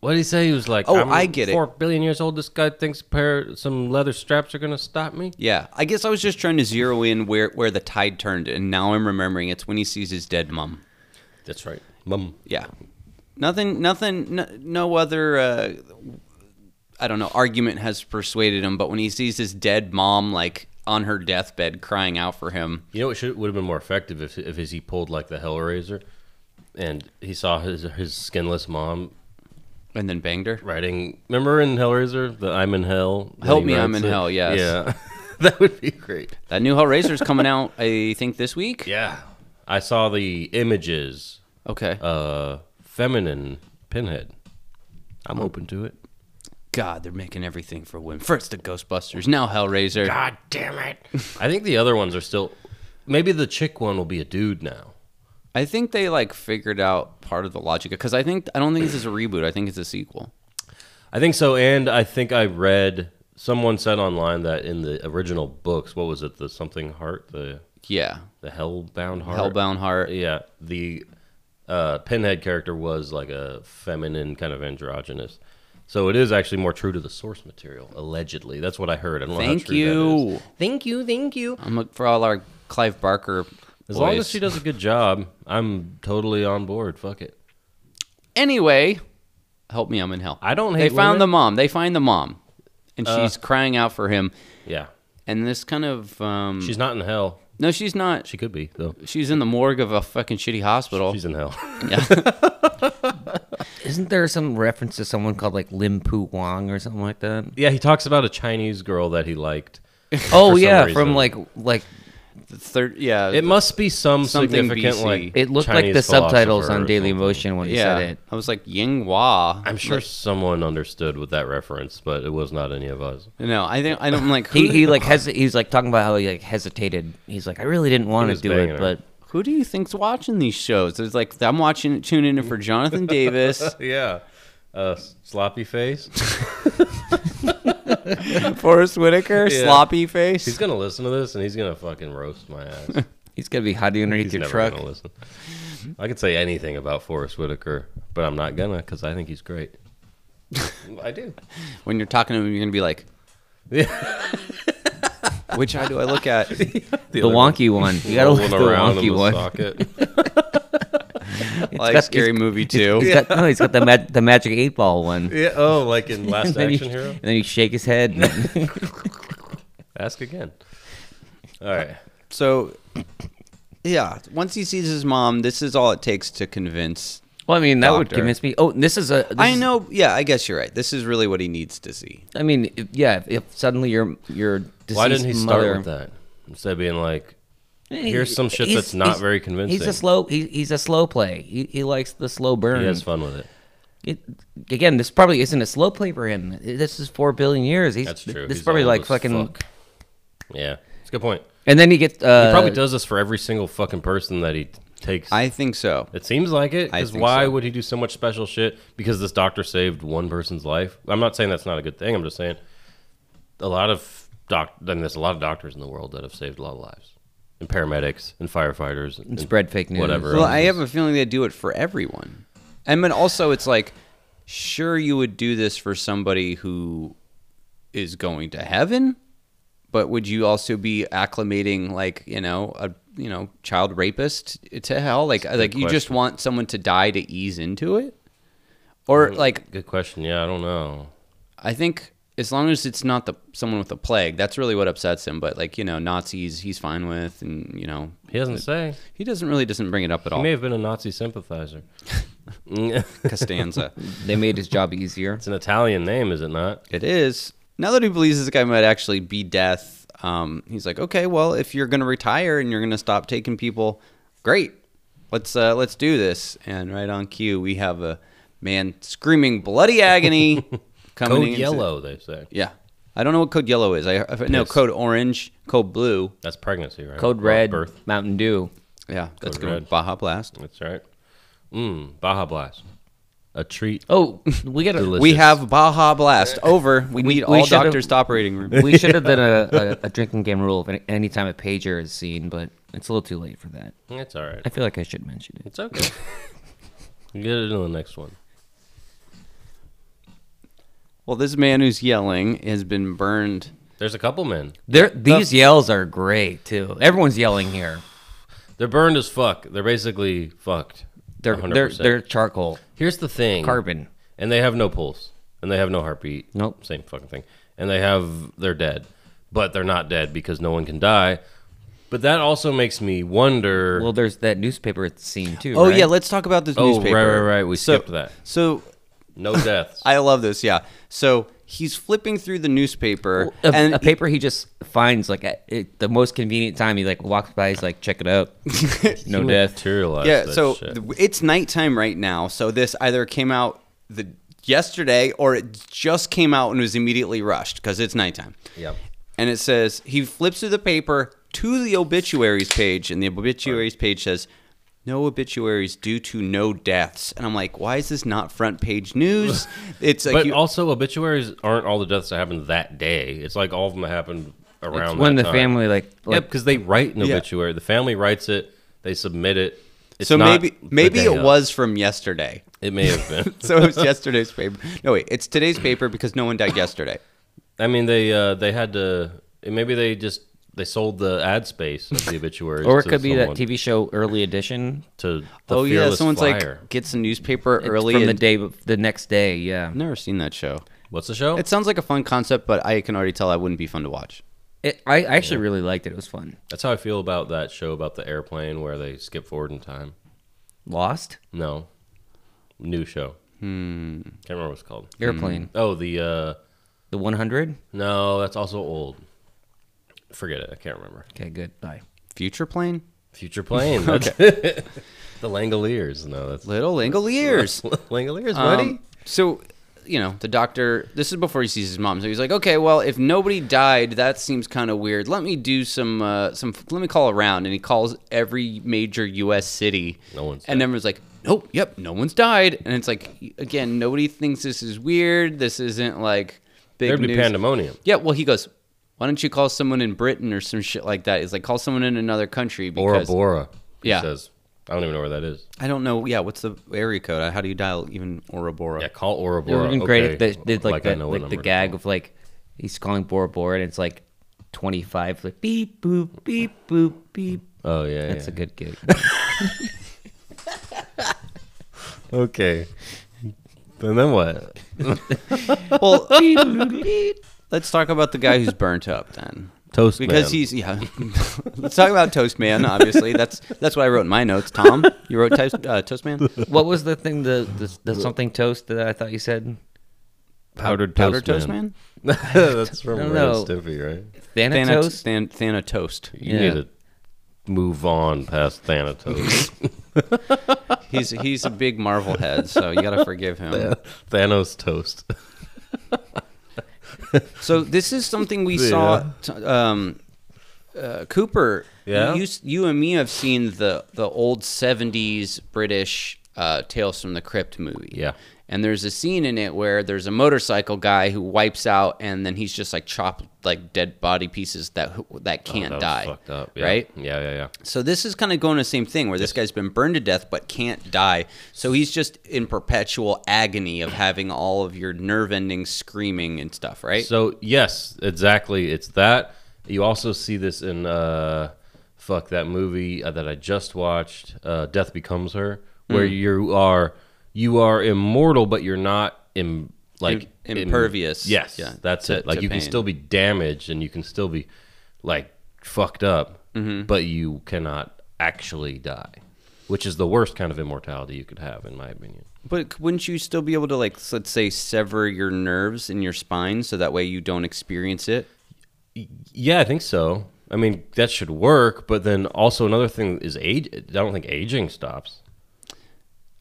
Speaker 3: "What did he say?" He was like,
Speaker 1: Oh,
Speaker 3: I'm
Speaker 1: I get it.
Speaker 3: Four billion years old. This guy thinks a pair some leather straps are gonna stop me."
Speaker 1: Yeah, I guess I was just trying to zero in where where the tide turned, and now I'm remembering it's when he sees his dead mom.
Speaker 3: That's right, mum.
Speaker 1: Yeah, nothing, nothing, no, no other. Uh, I don't know. Argument has persuaded him, but when he sees his dead mom, like on her deathbed, crying out for him,
Speaker 3: You know, it should would have been more effective if if he pulled like the Hellraiser, and he saw his his skinless mom
Speaker 1: and then banged her.
Speaker 3: writing. Remember in Hellraiser, the "I'm in Hell." that
Speaker 1: Help
Speaker 3: he
Speaker 1: me, I'm
Speaker 3: writes
Speaker 1: in
Speaker 3: it?
Speaker 1: hell, yes.
Speaker 3: Yeah, that would be great.
Speaker 1: That new Hellraiser's coming out, I think, this week.
Speaker 3: Yeah, I saw the images.
Speaker 1: Okay.
Speaker 3: Uh, feminine pinhead. I'm open to it.
Speaker 1: God, they're making everything for women. First the Ghostbusters, now Hellraiser.
Speaker 3: God damn it! I think the other ones are still. Maybe the chick one will be a dude now.
Speaker 1: I think they like figured out part of the logic because I think I don't think this is a reboot. I think it's a sequel.
Speaker 3: I think so, and I think I read someone said online that in the original books, what was it, the something heart, the
Speaker 1: Yeah.
Speaker 3: the Hellbound Heart.
Speaker 1: Hellbound Heart.
Speaker 3: Yeah, the uh, Pinhead character was like a feminine kind of androgynous. So it is actually more true to the source material, allegedly. That's what I heard. I don't know how
Speaker 1: Thank
Speaker 3: true that is.
Speaker 1: you.
Speaker 3: Thank you, thank you.
Speaker 1: I'm look for all our Clive Barker.
Speaker 3: As long
Speaker 1: boys.
Speaker 3: as she does a good job, I'm totally on board. Fuck it.
Speaker 1: Anyway, help me, I'm in hell.
Speaker 3: I don't
Speaker 1: They
Speaker 3: hate
Speaker 1: found
Speaker 3: women. Uh,
Speaker 1: the mom. They find the mom, and she's crying out for him.
Speaker 3: Yeah,
Speaker 1: And this kind of um,
Speaker 2: Mm.
Speaker 3: she's not in hell.
Speaker 1: no, she's not.
Speaker 3: She could be though.
Speaker 1: She's in the morgue of a fucking shitty hospital.
Speaker 3: She's in hell.
Speaker 2: Isn't there some reference to someone called like Lim Pu Wang or something like that?
Speaker 3: yeah, he talks about a Chinese girl that he liked.
Speaker 2: Oh
Speaker 3: For some
Speaker 2: yeah,
Speaker 3: reason.
Speaker 2: from like like
Speaker 1: Third, yeah.
Speaker 3: It must be some
Speaker 1: Something
Speaker 3: significant
Speaker 1: BC.
Speaker 3: like.
Speaker 2: it looked like
Speaker 3: Chinese
Speaker 2: the subtitles
Speaker 3: philosopher
Speaker 2: on
Speaker 3: or
Speaker 2: Daily
Speaker 3: something.
Speaker 2: Motion when he
Speaker 1: yeah.
Speaker 2: said it.
Speaker 1: I was like Ying Hua.
Speaker 3: I'm sure someone understood with that reference, but it was not any of us.
Speaker 1: No, I think I don't like. Who,
Speaker 2: He, he like hes he's like talking about how he like hesitated. He's like, I really didn't want to
Speaker 3: was
Speaker 2: do
Speaker 3: banging
Speaker 2: it,
Speaker 3: her.
Speaker 2: but
Speaker 1: who do you think's watching these shows? It's like I'm watching, tuning in for Jonathan Davis,
Speaker 3: Yeah. Uh, sloppy face.
Speaker 1: Forrest Whitaker,
Speaker 3: Yeah.
Speaker 1: Sloppy Face.
Speaker 3: He's gonna listen to this and he's gonna fucking roast my ass.
Speaker 2: he's gonna be hiding underneath
Speaker 3: He's
Speaker 2: your
Speaker 3: never
Speaker 2: truck.
Speaker 3: gonna listen. I could say anything about Forrest Whitaker, but I'm not gonna because I think he's great. I do.
Speaker 1: when you're talking to him, you're gonna be like, "Which eye do I look at?"
Speaker 2: The wonky one. You gotta look at the wonky one.
Speaker 3: Socket.
Speaker 2: It's
Speaker 1: like
Speaker 2: got-
Speaker 1: Scary
Speaker 2: he's-
Speaker 1: Movie Two.
Speaker 2: he's got- no, he's got the mag- the magic eight ball one.
Speaker 3: yeah. Oh, like in
Speaker 2: And
Speaker 3: Last
Speaker 2: then, you,
Speaker 3: Action Hero.
Speaker 2: and then you shake his head. and-
Speaker 3: Ask again. All right.
Speaker 1: So, yeah, once he sees his mom, this is all it takes to convince.
Speaker 2: well, I mean, that would
Speaker 1: Doctor.
Speaker 2: convince me. Oh, this is a. this
Speaker 1: I
Speaker 2: is-
Speaker 1: know. Yeah, I guess you're right. This is really what he needs to see.
Speaker 2: I mean, if, yeah. If, if suddenly your your deceased
Speaker 3: Why didn't he start
Speaker 2: mother,
Speaker 3: with that instead of being like,
Speaker 2: He-
Speaker 3: Here's some shit
Speaker 2: he's-
Speaker 3: that's not
Speaker 2: he's-
Speaker 3: very
Speaker 2: He's
Speaker 3: convincing.
Speaker 2: a slow. He, he's a slow play. He, he likes the slow burn.
Speaker 3: he has fun with it.
Speaker 2: It, again, this probably isn't a slow play for him. This is four billion years. He's,
Speaker 3: That's true.
Speaker 2: This
Speaker 3: He's
Speaker 2: is probably
Speaker 3: old
Speaker 2: like
Speaker 3: as
Speaker 2: fucking.
Speaker 3: fuck. Yeah, it's a good point.
Speaker 2: And then he gets. Uh,
Speaker 3: He probably does this for every single fucking person that he t- takes.
Speaker 1: I think so.
Speaker 3: it seems like it.
Speaker 1: I
Speaker 3: Because
Speaker 1: think
Speaker 3: why
Speaker 1: so.
Speaker 3: would he do so much special shit? Because this doctor saved one person's life. I'm not saying that's not a good thing. I'm just saying a lot of doc. Then there's a lot of doctors in the world that have saved a lot of lives, and paramedics and firefighters and,
Speaker 2: spread fake news.
Speaker 3: Whatever.
Speaker 1: Well, I have a feeling they do it for everyone. And then also, it's like, sure, you would do this for somebody who is going to heaven, but would you also be acclimating, like, you know, a you know, child rapist to hell? Like, like you just
Speaker 3: question.
Speaker 1: want someone to die to ease into it, or
Speaker 3: Mm-hmm.
Speaker 1: like,
Speaker 3: Good question. Yeah, I don't know.
Speaker 1: I think as long as it's not the someone with a plague, that's really what upsets him. But like, you know, Nazis, he's fine with, and you know,
Speaker 3: He doesn't say.
Speaker 1: he doesn't really doesn't bring it up at
Speaker 3: He
Speaker 1: all.
Speaker 3: may have been a Nazi sympathizer.
Speaker 1: Costanza.
Speaker 2: They made his job easier.
Speaker 3: It's an Italian name, is it not?
Speaker 1: It is. Now that he believes this guy might actually be death, um, he's like, okay, well, if you're going to retire and you're going to stop taking people, great. Let's uh, let's do this. And right on cue, we have a man screaming bloody agony. coming
Speaker 3: Code
Speaker 1: into-
Speaker 3: yellow, they say.
Speaker 1: Yeah. I don't know what code yellow is. I I- no
Speaker 3: Piss.
Speaker 1: code orange, code blue.
Speaker 3: That's pregnancy, right?
Speaker 2: Code
Speaker 3: Or
Speaker 2: Red,
Speaker 3: Birth.
Speaker 2: Mountain Dew.
Speaker 1: Yeah, that's
Speaker 3: Code
Speaker 1: good. one.
Speaker 3: red.
Speaker 1: Baja Blast.
Speaker 3: That's right. Mmm, Baja Blast. A treat.
Speaker 2: Oh, we got to.
Speaker 1: We have Baja Blast over. We, need
Speaker 2: we
Speaker 1: all
Speaker 2: should've-
Speaker 1: doctors to operating room.
Speaker 2: We should have done a, a, a drinking game rule of any- any time a pager is seen, but it's a little too late for that.
Speaker 3: It's all right.
Speaker 2: I feel like I should mention it.
Speaker 3: It's okay. Get it in the next one.
Speaker 1: Well, this man who's yelling has been burned.
Speaker 3: There's a couple men.
Speaker 2: There, these yells are great too. Everyone's yelling here.
Speaker 3: They're burned as fuck. They're basically fucked.
Speaker 2: They're
Speaker 3: 100%.
Speaker 2: they're they're charcoal,
Speaker 3: Here's the thing.
Speaker 2: carbon.
Speaker 3: And they have no pulse. And they have no heartbeat.
Speaker 2: Nope.
Speaker 3: Same fucking thing. And they have they're dead. But they're not dead because no one can die. But that also makes me wonder
Speaker 2: Well, there's that newspaper scene too.
Speaker 1: Oh
Speaker 2: right?
Speaker 1: yeah, let's talk about this
Speaker 3: Oh,
Speaker 1: newspaper.
Speaker 3: right, right, right. We
Speaker 1: So-
Speaker 3: skipped that.
Speaker 1: So
Speaker 3: No deaths.
Speaker 1: I love this. Yeah. So he's flipping through the newspaper
Speaker 2: a,
Speaker 1: uh, and
Speaker 2: a paper he just finds like at it, the most convenient time. He like walks by. He's like, check it out. no death.
Speaker 3: Materialize
Speaker 1: yeah.
Speaker 3: that
Speaker 1: So
Speaker 3: shit.
Speaker 1: th- it's nighttime right now. So this either came out the yesterday or it just came out and was immediately rushed because it's nighttime.
Speaker 3: Yep.
Speaker 1: And it says he flips through the paper to the obituaries page, and the obituaries page says. No obituaries due to no deaths, and I'm like, why is this not front page news? It's like
Speaker 3: but
Speaker 1: you-
Speaker 3: also obituaries aren't all the deaths that happened that day. It's like all of them that happened around
Speaker 2: It's when
Speaker 3: that
Speaker 2: the
Speaker 3: time.
Speaker 2: family like,
Speaker 3: Yeah,
Speaker 2: like
Speaker 3: because they write an
Speaker 1: Yeah.
Speaker 3: obituary. The family writes it. They submit it. It's
Speaker 1: so
Speaker 3: not
Speaker 1: maybe
Speaker 3: the
Speaker 1: maybe
Speaker 3: day
Speaker 1: it
Speaker 3: of.
Speaker 1: was from yesterday.
Speaker 3: It may have been.
Speaker 1: So it was yesterday's paper. No wait, it's today's paper because no one died yesterday.
Speaker 3: I mean, they uh, they had to. Maybe they just they sold the ad space of the obituary.
Speaker 2: or it could be that TV show Early Edition
Speaker 3: to the
Speaker 1: oh yeah,
Speaker 3: Fearless
Speaker 1: someone's
Speaker 3: flyer.
Speaker 1: like gets a newspaper
Speaker 2: It's
Speaker 1: early
Speaker 2: from the
Speaker 1: and-
Speaker 2: day, bef- the next day. Yeah,
Speaker 1: I've never seen that show.
Speaker 3: What's the show?
Speaker 1: It sounds like a fun concept, but I can already tell I wouldn't be fun to watch.
Speaker 2: it, I I actually really liked it. It was fun.
Speaker 3: That's how I feel about that show about the airplane where they skip forward in time.
Speaker 2: Lost
Speaker 3: No, new show. Hmm. Can't remember what it's called.
Speaker 2: airplane,
Speaker 3: Oh, the uh,
Speaker 2: the 100.
Speaker 3: no, that's also old. Forget it. I can't remember.
Speaker 2: Okay, good. Bye.
Speaker 1: Future plane?
Speaker 3: Future plane. okay. the Langoliers. No, that's
Speaker 1: Little Langoliers.
Speaker 3: Langoliers, buddy.
Speaker 1: Um, so, you know, the doctor, this is before he sees his mom. So he's like, okay, well, if nobody died, that seems kind of weird. Let me do some, uh, some, let me call around. And he calls every major U.S. city.
Speaker 3: No one's
Speaker 1: And
Speaker 3: died.
Speaker 1: everyone's like, nope, yep, no one's died. And it's like, again, nobody thinks this is weird. This isn't like big
Speaker 3: There'd be
Speaker 1: news.
Speaker 3: pandemonium.
Speaker 1: Yeah, well, he goes, why don't you call someone in Britain or some shit like that? He's like, call someone in another country
Speaker 3: Bora
Speaker 1: because
Speaker 3: Bora. he
Speaker 1: Yeah.
Speaker 3: says. I don't even know where that is.
Speaker 1: I don't know. Yeah, what's the area code? How do you dial even Ouroboros?
Speaker 3: Yeah, call Bora
Speaker 2: It would
Speaker 3: Bora.
Speaker 2: have been great
Speaker 3: Okay.
Speaker 2: if they did like,
Speaker 3: I
Speaker 2: the,
Speaker 3: know what
Speaker 2: like the
Speaker 3: number to
Speaker 2: gag
Speaker 3: call.
Speaker 2: of like he's calling Bora Bora and it's like 25 like beep boop beep boop beep.
Speaker 3: Oh yeah,
Speaker 2: That's
Speaker 3: yeah.
Speaker 2: a good gig.
Speaker 3: okay. And then what?
Speaker 1: Well, let's talk about the guy who's burnt up then.
Speaker 3: Toast
Speaker 1: Because he's yeah. Let's talk about Toast Man. Obviously, that's that's what I wrote in my notes. Tom, you wrote Toast uh, Toast Man.
Speaker 2: what was the thing the, the the something toast that I thought you said?
Speaker 3: powdered
Speaker 1: Powder Toast Man.
Speaker 3: That's from
Speaker 2: No,
Speaker 3: Ren
Speaker 2: no.
Speaker 3: and Stimpy, right?
Speaker 2: Thanatos.
Speaker 1: Thanatos. Than, Thana Toast.
Speaker 3: You
Speaker 2: Yeah.
Speaker 3: need to move on past Thanatos.
Speaker 1: He's he's a big Marvel head, so you gotta forgive him.
Speaker 3: Thanos toast.
Speaker 1: So this is something we
Speaker 3: Yeah.
Speaker 1: saw. T- um, uh, Cooper,
Speaker 3: Yeah?
Speaker 1: you, you and me have seen the the old '70s British uh, Tales from the Crypt movie.
Speaker 3: Yeah.
Speaker 1: and there's a scene in it where there's a motorcycle guy who wipes out, and then he's just like chopped like dead body pieces that that can't
Speaker 3: Oh, That was
Speaker 1: die.
Speaker 3: Fucked up. Yeah.
Speaker 1: Right.
Speaker 3: Yeah, yeah, yeah.
Speaker 1: So this is kind of going the same thing where this guy's been burned to death but can't die. So he's just in perpetual agony of having all of your nerve endings screaming and stuff, right?
Speaker 3: So yes, exactly. It's that. You also see this in uh, fuck that movie uh, that I just watched, uh, Death Becomes Her, where you are you are immortal, but you're not Im- like
Speaker 1: Im-
Speaker 3: im-
Speaker 1: impervious.
Speaker 3: yes,
Speaker 1: Yeah,
Speaker 3: that's
Speaker 1: to-
Speaker 3: it. Like
Speaker 1: to
Speaker 3: you can
Speaker 1: pain.
Speaker 3: still be damaged and you can still be like fucked up, but you cannot actually die, which is the worst kind of immortality you could have, in my opinion.
Speaker 1: But c- wouldn't you still be able to, like, s- let's say, sever your nerves in your spine so that way you don't experience it?
Speaker 3: Yeah, I think so. I mean, that should work, but then also another thing is age. I don't think aging stops.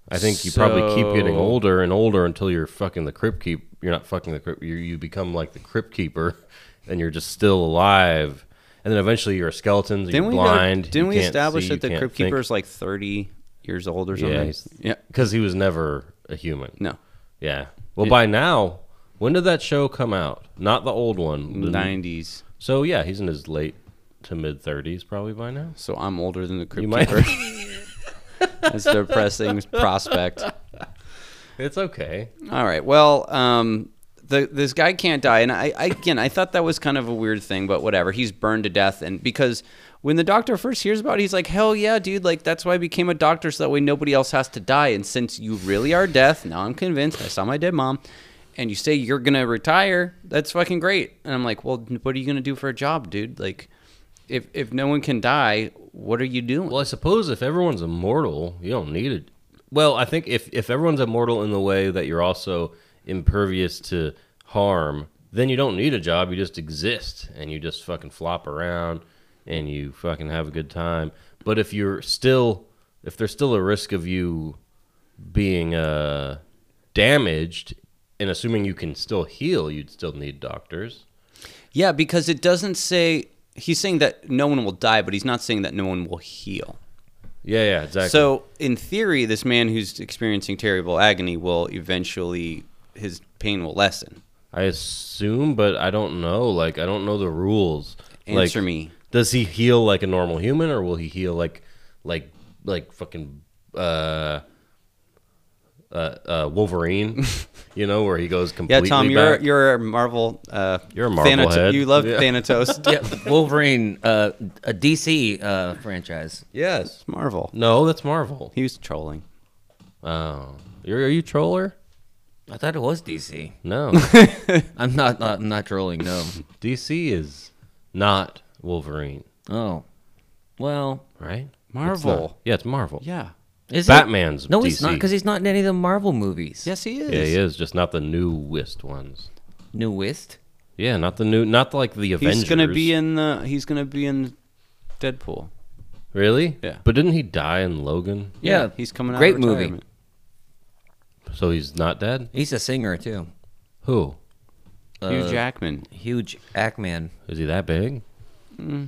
Speaker 3: I think you probably keep getting
Speaker 1: So-
Speaker 3: older and older until you're fucking the crypt keep. You're not fucking the crypt. You you become like the crypt keeper, and you're just still alive. And then eventually you're a skeleton. You're
Speaker 1: Didn't we, go-
Speaker 3: blind.
Speaker 1: didn't
Speaker 3: you
Speaker 1: we
Speaker 3: can't
Speaker 1: establish
Speaker 3: see,
Speaker 1: that
Speaker 3: you
Speaker 1: the
Speaker 3: can't
Speaker 1: Crypt
Speaker 3: think.
Speaker 1: Keeper is, like, 30 years old or
Speaker 3: Yeah,
Speaker 1: something?
Speaker 3: he's-
Speaker 1: yeah.
Speaker 3: Because he was never a human.
Speaker 1: No.
Speaker 3: Yeah. Well, by now, when did that show come out? Not the old one. the-
Speaker 1: 90s.
Speaker 3: So yeah, he's in his late to mid thirties probably by now.
Speaker 1: So I'm older than the Crypt
Speaker 3: You might-
Speaker 1: Keeper. That's a depressing prospect.
Speaker 3: It's okay.
Speaker 1: All right. Well, um, the, this guy can't die, and I, I again, I thought that was kind of a weird thing, but whatever. He's burned to death, and because when the doctor first hears about it, he's like, "Hell yeah, dude! Like that's why I became a doctor, so that way nobody else has to die." And since you really are death, now I'm convinced. I saw my dead mom, and you say you're gonna retire. That's fucking great. And I'm like, well, what are you gonna do for a job, dude? Like, if if no one can die, what are you doing?
Speaker 3: Well, I suppose if everyone's immortal, you don't need it. Well, I think if if everyone's immortal in the way that you're also impervious to harm, then you don't need a job. You just exist and you just fucking flop around and you fucking have a good time. But if you're still if there's still a risk of you being uh damaged and assuming you can still heal, you'd still need doctors.
Speaker 1: yeah, because it doesn't say. He's saying that no one will die, but he's not saying that no one will heal.
Speaker 3: Yeah, yeah, exactly.
Speaker 1: So, in theory, this man who's experiencing terrible agony will eventually his pain will lessen.
Speaker 3: I assume, but I don't know. Like I don't know the rules. Like,
Speaker 1: Answer me.
Speaker 3: Does he heal like a normal human, or will he heal like, like, like fucking uh, uh, uh Wolverine? you know, where he goes
Speaker 1: Yeah,
Speaker 3: completely.
Speaker 1: Tom, you're
Speaker 3: back?
Speaker 1: you're a Marvel. Uh,
Speaker 3: You're a Marvel head.
Speaker 1: You love
Speaker 3: Yeah.
Speaker 1: Thanatos.
Speaker 2: Yeah, Wolverine, uh, a DC uh, franchise.
Speaker 3: yes.
Speaker 1: Marvel.
Speaker 3: No, that's Marvel.
Speaker 1: He was trolling.
Speaker 3: Oh, you're are you troller?
Speaker 2: I thought it was DC.
Speaker 3: No,
Speaker 2: I'm not. not I'm not trolling. No.
Speaker 3: DC is not Wolverine,
Speaker 2: Oh, well,
Speaker 3: right? It's
Speaker 1: Marvel.
Speaker 3: not- yeah, it's Marvel.
Speaker 1: Yeah.
Speaker 2: is it-
Speaker 3: Batman's
Speaker 2: No, he's not
Speaker 3: DC.
Speaker 2: because he's not in any of the Marvel movies.
Speaker 1: Yes, he is.
Speaker 3: Yeah, he is just not the newest ones.
Speaker 2: Newest.
Speaker 3: Yeah, not the new, not like the
Speaker 1: He's
Speaker 3: Avengers.
Speaker 1: gonna be in the. He's gonna be in Deadpool.
Speaker 3: really.
Speaker 1: Yeah.
Speaker 3: but didn't he die in Logan?
Speaker 2: Yeah,
Speaker 1: he's coming out.
Speaker 2: great
Speaker 1: of
Speaker 2: movie.
Speaker 1: retirement.
Speaker 3: So he's not dead.
Speaker 2: He's a singer too.
Speaker 3: Who
Speaker 2: Uh,
Speaker 1: Hugh Jackman.
Speaker 2: Huge Ackman.
Speaker 3: is he? That big?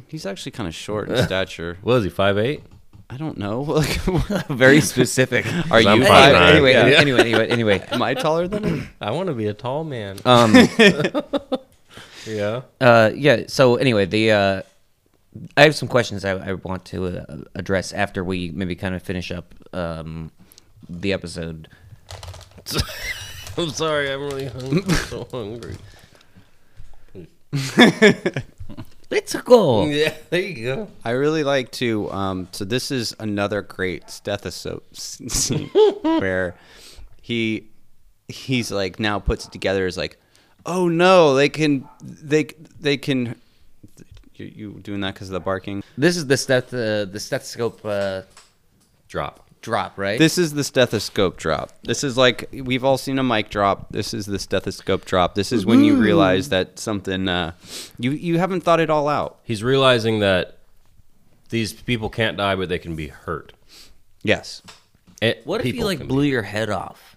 Speaker 1: He's actually kind of short in stature.
Speaker 3: What is he? Five eight?
Speaker 1: I don't know. Like,
Speaker 2: Very specific.
Speaker 1: Are
Speaker 3: I'm
Speaker 1: you?
Speaker 3: fine,
Speaker 1: five-
Speaker 3: man.
Speaker 2: anyway,
Speaker 1: Anyway,
Speaker 3: Yeah.
Speaker 2: anyway, anyway, anyway.
Speaker 1: am I taller than him?
Speaker 3: I want to be a tall man.
Speaker 2: Um.
Speaker 3: yeah.
Speaker 2: Uh, yeah. So anyway, the uh, I have some questions I, I want to uh, address after we maybe kind of finish up um, the episode.
Speaker 3: I'm sorry. I'm really hungry. I'm so hungry.
Speaker 2: Let's go.
Speaker 3: Yeah. There you go.
Speaker 1: I really like to. Um, so this is another great stethoscope scene where he he's like now puts it together is like, oh no, they can they they can. You, you doing that because of the barking?
Speaker 2: This is the steth uh, the stethoscope uh,
Speaker 3: Drop.
Speaker 2: drop, right?
Speaker 1: This is the stethoscope drop. This is like we've all seen a mic drop. This is the stethoscope drop. This is when you realize that something uh, you you haven't thought it all out.
Speaker 3: He's realizing that these people can't die, but they can be hurt.
Speaker 1: Yes.
Speaker 3: It,
Speaker 2: what if you
Speaker 3: people
Speaker 2: like
Speaker 3: can
Speaker 2: blew your head off?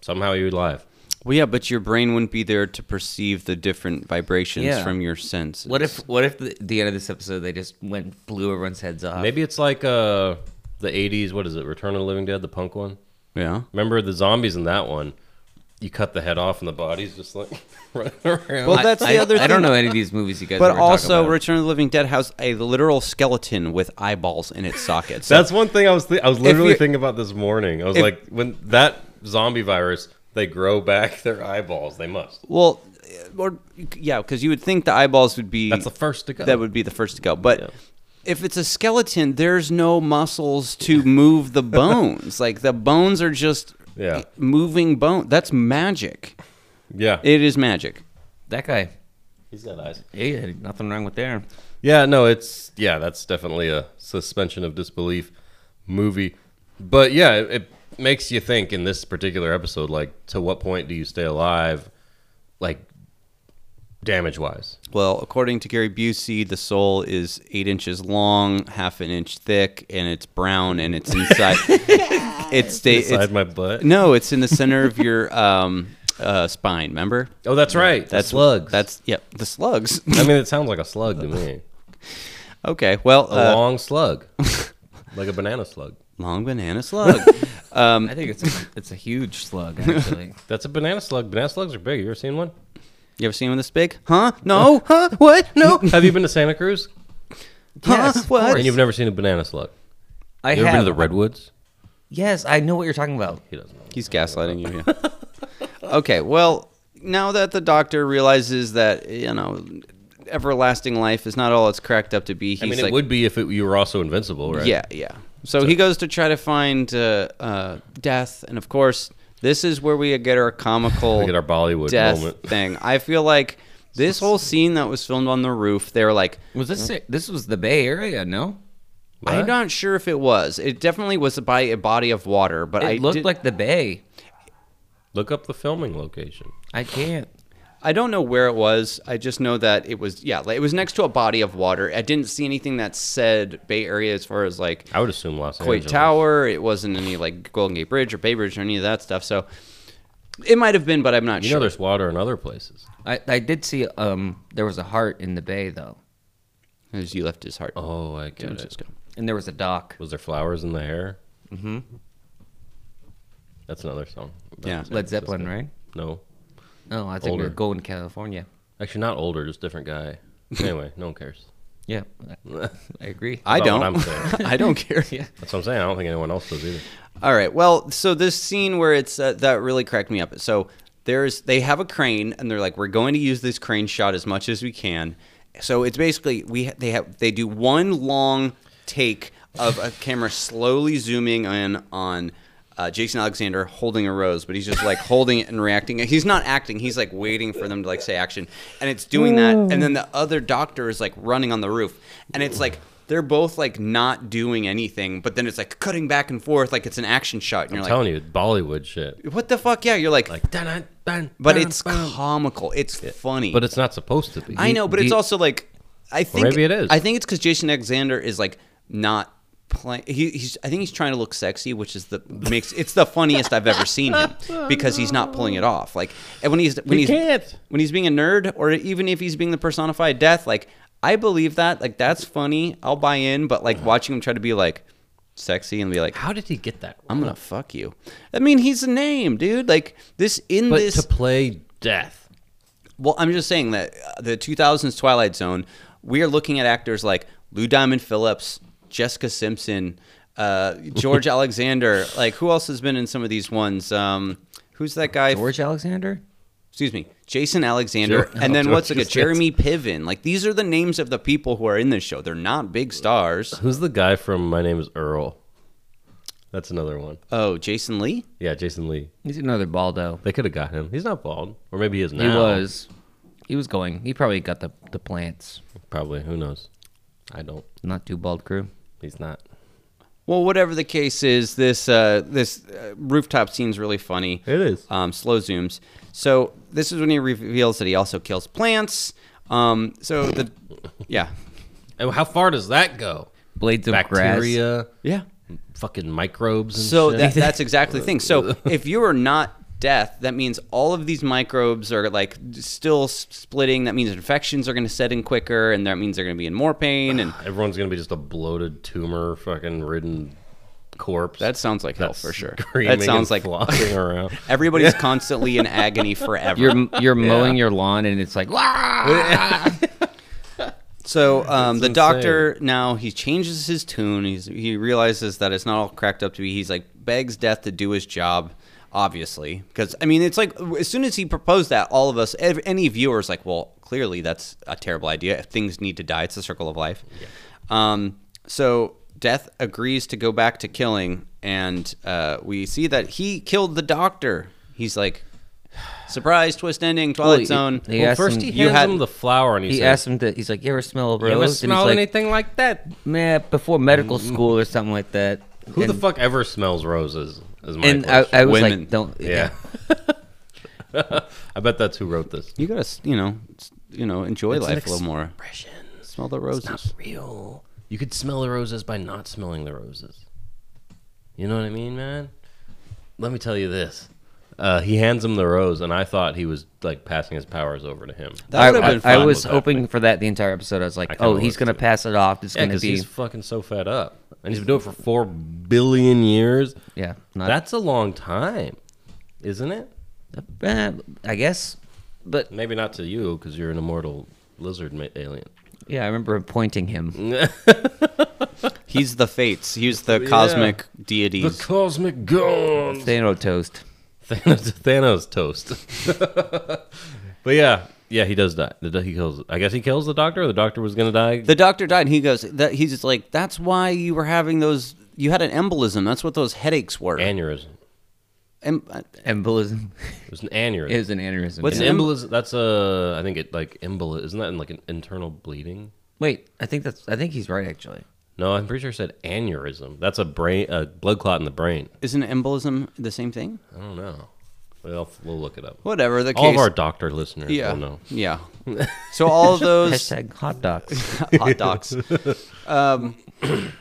Speaker 3: be- somehow you're alive?
Speaker 1: Well, yeah, but your brain wouldn't be there to perceive the different vibrations
Speaker 2: Yeah.
Speaker 1: from your senses.
Speaker 2: What if what if the, the end of this episode they just went and blew everyone's heads off?
Speaker 3: Maybe it's like uh the '80s. What is it? Return of the Living Dead, the punk one.
Speaker 1: Yeah.
Speaker 3: Remember the zombies in that one? You cut the head off, and the body's just like running around.
Speaker 1: Well, that's
Speaker 2: I,
Speaker 1: the other
Speaker 2: I
Speaker 1: thing.
Speaker 2: don't know any of these movies you guys.
Speaker 1: But
Speaker 2: ever talk
Speaker 1: also,
Speaker 2: about.
Speaker 1: Return of the Living Dead has a literal skeleton with eyeballs in its sockets.
Speaker 3: That's one thing I was th- I was literally
Speaker 1: you're-
Speaker 3: thinking about this morning. I was
Speaker 1: if-
Speaker 3: like, when that zombie virus, they grow back their eyeballs. They must.
Speaker 1: well, uh, or yeah, because you would think the eyeballs would be
Speaker 3: That's the first to go.
Speaker 1: that would be the first to go. But
Speaker 3: Yeah.
Speaker 1: if it's a skeleton, there's no muscles to move the bones. like the bones are just
Speaker 3: Yeah.
Speaker 1: moving bone. That's magic.
Speaker 3: Yeah,
Speaker 1: It is magic.
Speaker 2: that guy,
Speaker 3: he's got eyes.
Speaker 2: yeah, nothing wrong with there.
Speaker 3: Yeah, no, it's yeah, that's definitely a suspension of disbelief movie. But yeah, it, it makes you think in this particular episode, like to what point do you stay alive, like damage wise?
Speaker 1: Well, according to Gary Busey, the soul is eight inches long, half an inch thick, and it's brown, and it's inside. it's, sta-
Speaker 3: Inside
Speaker 1: it's
Speaker 3: my butt.
Speaker 1: no, it's in the center of your um, uh, spine. Remember?
Speaker 3: Oh, that's right. That's
Speaker 1: That's
Speaker 3: slugs.
Speaker 1: That's yep. The slugs.
Speaker 3: I mean, it sounds like a slug to me.
Speaker 1: okay. Well,
Speaker 3: A
Speaker 1: uh, long-,
Speaker 3: long slug, like a banana slug.
Speaker 1: banana slug.
Speaker 2: I think it's a, it's a huge slug actually.
Speaker 3: That's a banana slug. Banana slugs are big. You ever seen one?
Speaker 1: you ever seen one this big? Huh? No? huh? What? No? Huh?
Speaker 3: Have you been to Santa Cruz?
Speaker 2: Yes, of
Speaker 1: what?
Speaker 2: course.
Speaker 3: And you've never seen a banana slug.
Speaker 2: I
Speaker 3: You ever
Speaker 2: have.
Speaker 3: been to the redwoods?
Speaker 2: yes, I know what you're talking about.
Speaker 3: He doesn't. know.
Speaker 1: He's gaslighting you. Yeah. okay. Well, now that the doctor realizes that you know everlasting life is not all it's cracked up to be, he's
Speaker 3: I mean,
Speaker 1: like,
Speaker 3: it would be if it, you were also invincible, right?
Speaker 1: Yeah, yeah. So, he goes to try to find uh, uh, death, and of course, this is where we get our comical
Speaker 3: We get our Bollywood
Speaker 1: death
Speaker 3: moment.
Speaker 1: thing. I feel like this whole scene that was filmed on the roof, they were like,
Speaker 2: Was this this was the Bay Area? No,
Speaker 1: I'm not sure if it was. It definitely was by a body of water, but
Speaker 2: it
Speaker 1: I
Speaker 2: looked
Speaker 1: did-
Speaker 2: like the Bay.
Speaker 3: Look up the filming location.
Speaker 2: I can't.
Speaker 1: I don't know where it was. I just know that it was yeah, like, it was next to a body of water. I didn't see anything that said Bay Area as far as like
Speaker 3: I would assume Los
Speaker 1: Quake
Speaker 3: Angeles.
Speaker 1: Tower. It wasn't any like Golden Gate Bridge or Bay Bridge or any of that stuff. So it might have been, but I'm not
Speaker 3: You
Speaker 1: sure.
Speaker 3: know, there's water in other places.
Speaker 2: I, I did see um there was a heart in the Bay though,
Speaker 1: As you left his heart.
Speaker 3: Oh, I get it.
Speaker 2: and there was a dock.
Speaker 3: Was there flowers in the hair? Mm-hmm. That's another song. about
Speaker 1: Yeah.
Speaker 3: San
Speaker 2: Led Zeppelin, right?
Speaker 3: Francisco. No,
Speaker 2: No, I think we
Speaker 3: Older.
Speaker 2: we're going to California.
Speaker 3: actually, not older. Just different guy. Anyway, no one cares.
Speaker 2: Yeah, I agree.
Speaker 1: I
Speaker 3: About what
Speaker 1: don't.
Speaker 3: I'm saying.
Speaker 1: I don't care.
Speaker 3: That's what I'm saying. I don't think anyone else does either.
Speaker 1: All right. Well, so this scene where it's uh, that really cracked me up. So there's they have a crane and they're like we're going to use this crane shot as much as we can. So it's basically we ha- they have they do one long take of a camera slowly zooming in on uh, Jason Alexander holding a rose, but he's just like holding it and reacting. He's not acting. He's like waiting for them to like say action, and it's doing that. And then the other doctor is like running on the roof, and it's like they're both like not doing anything, but then it's like cutting back and forth, like it's an action shot. And
Speaker 3: I'm
Speaker 1: you're like,
Speaker 3: telling you, Bollywood shit.
Speaker 1: what the fuck? Yeah, you're like,
Speaker 3: Like, dun, dun,
Speaker 1: but it's comical. It's funny.
Speaker 3: but it's not supposed to be.
Speaker 1: I know, but
Speaker 2: do
Speaker 1: it's
Speaker 2: you-
Speaker 1: also like, I think
Speaker 3: maybe it is.
Speaker 1: I think it's because Jason Alexander is like not playing. He, he's I think he's trying to look sexy, which is the makes it's the funniest I've ever seen him because he's not pulling it off. Like and when he's when
Speaker 3: He
Speaker 1: he's
Speaker 3: can't.
Speaker 1: when he's being a nerd, or even if he's being the personified death, like I believe that. Like that's funny. I'll buy in, but like watching him try to be like sexy and be like.
Speaker 3: Uh-huh. How did he get that?
Speaker 1: I'm gonna fuck you. I mean, he's a name, dude. Like this in
Speaker 3: But
Speaker 1: this
Speaker 3: to play death.
Speaker 1: well, I'm just saying that uh, the 2000s Twilight Zone, we are looking at actors like Lou Diamond Phillips, Jessica Simpson, uh, George Alexander. Like, who else has been in some of these ones? Um, who's that guy?
Speaker 2: George Alexander.
Speaker 1: Excuse me, Jason Alexander,
Speaker 3: Sure.
Speaker 1: and then
Speaker 3: George
Speaker 1: what's it?
Speaker 3: Alexander.
Speaker 1: Jeremy Piven. Like, these are the names of the people who are in this show. They're not big stars.
Speaker 3: Who's the guy from My Name Is Earl? That's another one.
Speaker 1: Oh, Jason Lee.
Speaker 3: Yeah, Jason Lee.
Speaker 2: He's another Baldo.
Speaker 3: They could have got him. He's not bald, or maybe he is now.
Speaker 2: He was. He was going. He probably got the the plants.
Speaker 3: probably. Who knows? I don't.
Speaker 2: Not too bald crew.
Speaker 3: He's not.
Speaker 1: Well, whatever the case is, this uh, this uh, rooftop scene's really funny.
Speaker 3: It is.
Speaker 1: um, slow zooms. So this is when he reveals that he also kills plants. Um, so the yeah
Speaker 3: And how far does that go?
Speaker 2: Blades of grass.
Speaker 3: Bacteria,
Speaker 1: yeah.
Speaker 3: fucking microbes. And
Speaker 1: So
Speaker 3: shit.
Speaker 1: that, that's exactly the thing. So if you are not death, that means all of these microbes are like still s- splitting. That means infections are going to set in quicker, and that means they're going to be in more pain. And
Speaker 3: everyone's gonna be just a bloated tumor, fucking ridden corpse.
Speaker 1: that sounds like hell
Speaker 3: that's
Speaker 1: for sure.
Speaker 3: screaming
Speaker 1: That sounds
Speaker 3: and
Speaker 1: like
Speaker 3: flopping around.
Speaker 1: everybody's constantly in agony forever.
Speaker 2: You're you're mowing your lawn and it's like "Wah!"
Speaker 1: So um, the
Speaker 3: insane.
Speaker 1: doctor now he changes his tune. He's, he realizes that it's not all cracked up to be. He's like begs death to do his job, obviously, because I mean it's like as soon as he proposed that, all of us, ev- any viewers, like, well, clearly that's a terrible idea. If things need to die, it's the circle of life. Um, so death agrees to go back to killing, and uh, we see that he killed the doctor. He's like, surprise, twist ending, Twilight
Speaker 2: he-
Speaker 1: Zone.
Speaker 2: he
Speaker 3: Well,
Speaker 2: asked
Speaker 3: first
Speaker 2: him-
Speaker 3: he
Speaker 1: you
Speaker 3: hands
Speaker 1: had-
Speaker 3: him the flower, and he,
Speaker 2: He
Speaker 3: says,
Speaker 2: asked him to. He's like, "You ever smell a rose?"
Speaker 3: "You ever
Speaker 2: And he's
Speaker 3: smell
Speaker 2: like,
Speaker 3: anything like that?"
Speaker 2: Man, before medical school or something like that.
Speaker 3: Who the
Speaker 2: And-
Speaker 3: fuck ever smells roses? Is my
Speaker 2: And I,
Speaker 3: question.
Speaker 2: I was
Speaker 1: Women.
Speaker 2: like, "Don't."
Speaker 3: yeah. I bet that's who wrote this.
Speaker 1: You gotta, s- you know, s- you know, enjoy
Speaker 3: It's an
Speaker 1: life a little more. Smell the roses.
Speaker 3: real. You could smell the roses by not smelling the roses. You know what I mean, man? Let me tell you this. Uh, he hands him the rose, and I thought he was like passing his powers over to him.
Speaker 1: That
Speaker 2: I,
Speaker 1: would've been
Speaker 2: I- I
Speaker 1: fun
Speaker 2: was
Speaker 3: with
Speaker 2: hoping for that the entire episode. I was like,
Speaker 3: kinda
Speaker 2: "Oh, he's
Speaker 3: was
Speaker 2: gonna
Speaker 3: too.
Speaker 2: pass it off. It's
Speaker 3: Yeah,
Speaker 2: gonna
Speaker 3: because
Speaker 2: be
Speaker 3: he's fucking so fed up, and he's been doing it for four billion years.
Speaker 2: yeah." Not
Speaker 3: That's a long time, isn't it?
Speaker 2: Eh, I guess, but
Speaker 3: Maybe not to you, because you're an immortal lizard ma- alien.
Speaker 2: yeah, I remember pointing him.
Speaker 1: He's the fates. He's the cosmic deities.
Speaker 3: cosmic
Speaker 1: Mm.
Speaker 3: gods.
Speaker 2: Thano "Oh, toast.
Speaker 3: Thanos, Thanos toast. but yeah, yeah, he does die. The- He kills. I guess he kills the doctor. Or the doctor was gonna die.
Speaker 1: the doctor died, and he goes. That he's just like, that's why you were having those. You had an embolism. That's what those headaches were.
Speaker 3: aneurysm.
Speaker 1: Em- uh,
Speaker 2: Embolism
Speaker 3: It was an aneurysm.
Speaker 2: is an aneurysm.
Speaker 1: What's
Speaker 3: an
Speaker 2: yeah.
Speaker 1: em-
Speaker 3: embolism. That's a. I think it like embol. Isn't that in, like an internal bleeding?
Speaker 2: Wait, I think that's. I think he's right actually.
Speaker 3: No, I'm pretty sure it said aneurysm. That's a brain, a blood clot in the brain.
Speaker 1: isn't embolism the same thing?
Speaker 3: I don't know. We'll, we'll look it up.
Speaker 1: Whatever the
Speaker 3: All
Speaker 1: case.
Speaker 3: of our doctor listeners
Speaker 1: yeah.
Speaker 3: will know.
Speaker 1: Yeah. So all of those
Speaker 2: Hashtag hot dogs.
Speaker 1: hot dogs. um,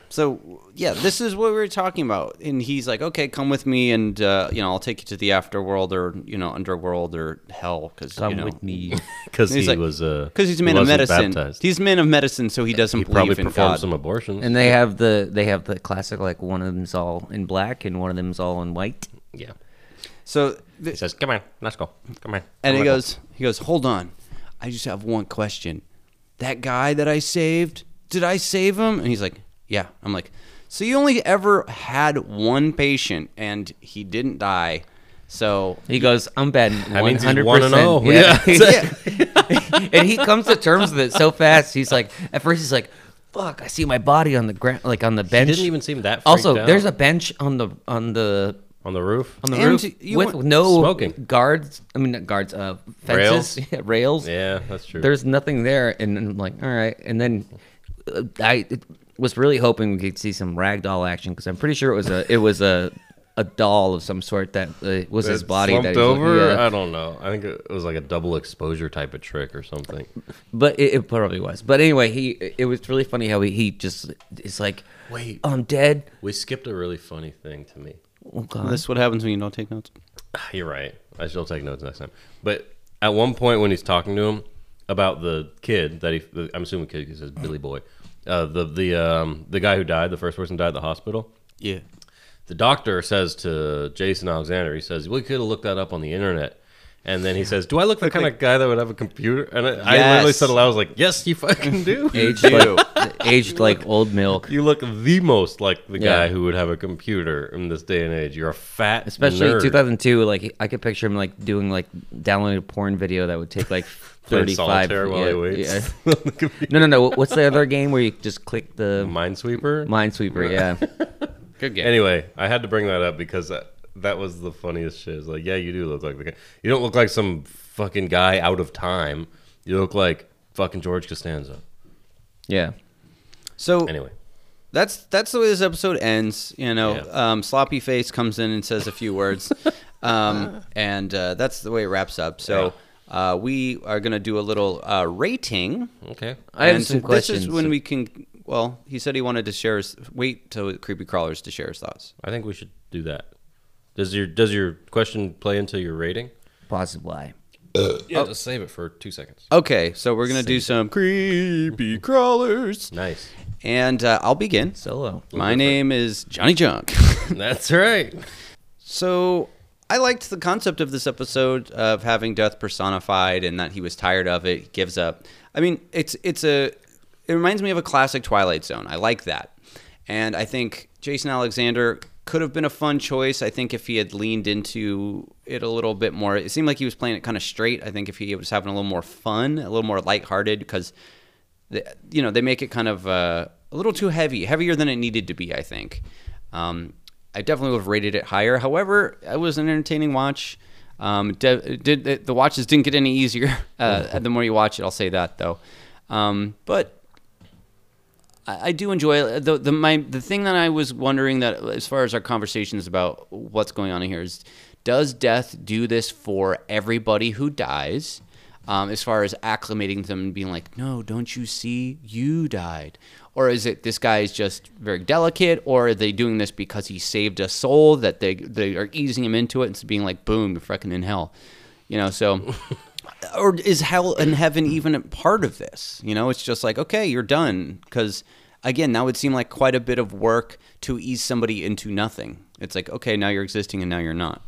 Speaker 1: so yeah, this is what we were talking about, and he's like, "Okay, come with me, and uh, you know, I'll take you to the afterworld, or you know, underworld, or hell, because
Speaker 2: Come
Speaker 1: you know,
Speaker 2: with me.
Speaker 3: Because
Speaker 1: He's
Speaker 3: he
Speaker 1: like-
Speaker 3: was a.
Speaker 1: because he's a man of medicine.
Speaker 3: Baptized.
Speaker 1: He's a man of medicine, so he doesn't
Speaker 3: he probably
Speaker 1: believe in
Speaker 3: performed
Speaker 1: God.
Speaker 3: some abortions.
Speaker 2: And they have the they have the classic like one of them's all in black and one of them's all in white.
Speaker 3: yeah.
Speaker 1: so, th-
Speaker 3: He says, "Come on, let's go. Come on."
Speaker 1: and he
Speaker 3: Come on."
Speaker 1: goes, he goes, "Hold on, I just have one question. that guy that I saved, did I save him? And he's like, yeah. I'm like, so you only ever had one patient and he didn't die. So
Speaker 2: He goes, I'm betting
Speaker 3: That means he's
Speaker 2: 100%.
Speaker 3: 1 and oh.
Speaker 2: Yeah. and he comes to terms with it so fast. He's like, at first, he's like, fuck, I see my body on the ground, like on the bench.
Speaker 3: didn't even seem that freaked
Speaker 2: Also,
Speaker 3: out.
Speaker 2: there's a bench on the, on the,
Speaker 3: on the roof.
Speaker 2: on the
Speaker 1: And
Speaker 2: roof
Speaker 1: you
Speaker 2: with
Speaker 1: want-
Speaker 2: no
Speaker 3: Smoking.
Speaker 2: guards. I mean, not guards, uh, fences, rails. Yeah, rails.
Speaker 3: Yeah, that's true.
Speaker 2: There's nothing there. And I'm like, all right. And then uh, I was really hoping we could see some ragdoll action because I'm pretty sure it was a, it was a, a doll of some sort that uh, was his
Speaker 3: It
Speaker 2: body that
Speaker 3: slumped
Speaker 2: he was looking-
Speaker 3: over.
Speaker 2: yeah.
Speaker 3: I don't know. I think it was like a double exposure type of trick or something.
Speaker 2: But it, it probably was. But anyway, he it was really funny how he, he just is like,
Speaker 3: Wait.
Speaker 2: oh, I'm dead.
Speaker 3: We skipped a really funny thing to me.
Speaker 2: Oh god,
Speaker 1: this is what happens when you don't take notes.
Speaker 3: You're right. I shall take notes next time. But at one point when he's talking to him about the kid that he, the, I'm assuming kid, he says Billy Boy, uh, the the um, the guy who died, the first person died at the hospital.
Speaker 1: Yeah.
Speaker 3: The doctor says to Jason Alexander, he says, "We could have looked that up on the internet." And then he says, "Do I look the kind of guy that would have a computer?" And I, I literally
Speaker 1: Yes.
Speaker 3: settled. out, I was like, "Yes, you fucking do."
Speaker 2: aged
Speaker 1: Ew.
Speaker 2: like, aged like old milk.
Speaker 3: You look the most like the
Speaker 2: Yeah.
Speaker 3: guy who would have a computer in this day and age. You're a fat,
Speaker 2: Especially
Speaker 3: nerd.
Speaker 2: 2002, like I could picture him like doing like downloading a porn video that would take like
Speaker 3: Playing
Speaker 2: 35.
Speaker 3: solitaire while he waits
Speaker 2: yeah.
Speaker 3: on the computer.
Speaker 2: No, no, no. What's the other game where you just click the
Speaker 3: Minesweeper.
Speaker 2: Minesweeper? Yeah,
Speaker 1: Good game.
Speaker 3: Anyway, I had to bring that up because that, that was the funniest shit. It's like, yeah, you do look like the guy. You don't look like some fucking guy out of time. You look like fucking George Costanza.
Speaker 2: yeah.
Speaker 1: so
Speaker 3: Anyway,
Speaker 1: that's that's the way this episode ends. You know,
Speaker 3: Yeah.
Speaker 1: um, sloppy face comes in and says a few words, um, and uh, that's the way it wraps up. So uh, we are gonna do a little uh, rating.
Speaker 3: okay.
Speaker 2: I have
Speaker 1: And
Speaker 2: some
Speaker 1: This is
Speaker 2: questions.
Speaker 1: when we can. Well, he said he wanted to share his. Wait till creepy crawlers to share his thoughts.
Speaker 3: I think we should do that. Does your does your question play into your rating? Oh.
Speaker 2: possibly.
Speaker 3: Yeah, just save it for two seconds.
Speaker 1: Okay, so we're gonna do some creepy crawlers,
Speaker 3: Nice.
Speaker 1: and uh, I'll begin.
Speaker 2: Solo.
Speaker 1: My name is Johnny Junk.
Speaker 3: That's right.
Speaker 1: So I liked the concept of this episode of having death personified and that he was tired of it, he gives up. I mean, it's it's a it reminds me of a classic Twilight Zone. I like that. And I think Jason Alexander could have been a fun choice. I think if he had leaned into it a little bit more, it seemed like he was playing it kind of straight. I think if he was having a little more fun, a little more lighthearted, because the- you know they make it kind of uh, a little too heavy, heavier than it needed to be. I think. Um, I definitely would have rated it higher. However, it was an entertaining watch. Um, de- did the, the watches didn't get any easier uh, the more you watch it? I'll say that though. Um, but I, I do enjoy it. the the my the thing that I was wondering that as far as our conversations about what's going on in here is does death do this for everybody who dies? Um, as far as acclimating them and being like, no, don't you see you died? Or is it this guy is just very delicate? Or are they doing this because he saved a soul that they they are easing him into it and it's being like, boom, you're fucking in hell, you know? So or is hell and heaven even a part of this? You know, it's just like, okay, you're done. Because again, that would seem like quite a bit of work to ease somebody into nothing. It's like, okay, now you're existing and now you're not.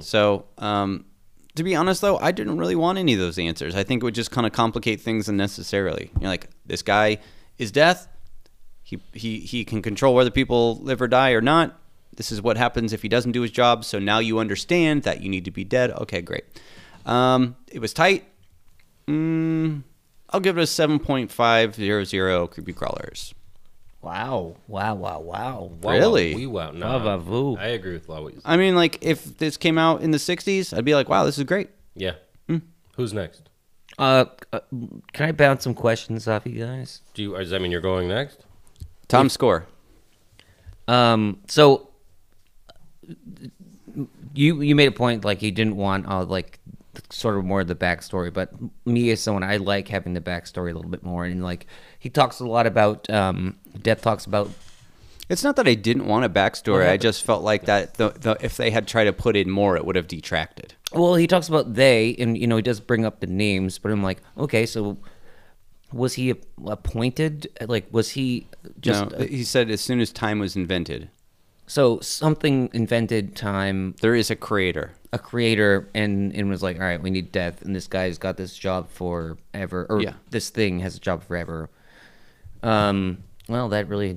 Speaker 1: So, um, to be honest, though, I didn't really want any of those answers. I think it would just kind of complicate things unnecessarily. You're like, this guy is death. He, he, he can control whether people live or die or not. This is what happens if he doesn't do his job. So now you understand that you need to be dead. Okay, great. Um, it was tight. Mm, I'll give it a 7.500 creepy crawlers.
Speaker 2: Wow! Wow! Wow! Wow!
Speaker 3: Wow,
Speaker 1: Really?
Speaker 3: Wow, wee, wow. No,
Speaker 2: Wow, wow, woo.
Speaker 3: I agree with a lot of what you said.
Speaker 1: I mean, like, if this came out in the 60s, I'd be like, wow, this is great.
Speaker 3: Yeah. Who's next?
Speaker 2: Uh, uh, can I bounce some questions off you guys?
Speaker 3: Do you? Does that mean you're going next?
Speaker 1: Tom score.
Speaker 2: Um, so you you made a point like you didn't want uh, like sort of more of the backstory, but me as someone I like having the backstory a little bit more, and like he talks a lot about um, Death talks about
Speaker 1: It's not that I didn't want a backstory. I just felt like that the, the, if they had tried to put in more, it would have detracted.
Speaker 2: Well, he talks about they, and you know he does bring up the names, but I'm like, okay, so was he appointed? Like, was he just?
Speaker 1: uh, no, he said as soon as time was invented.
Speaker 2: So something invented time,
Speaker 1: There is a creator.
Speaker 2: a creator, and and was like, all right, we need death, and this guy's got this job forever, or
Speaker 1: Yeah.
Speaker 2: this thing has a job forever. Um, well, that really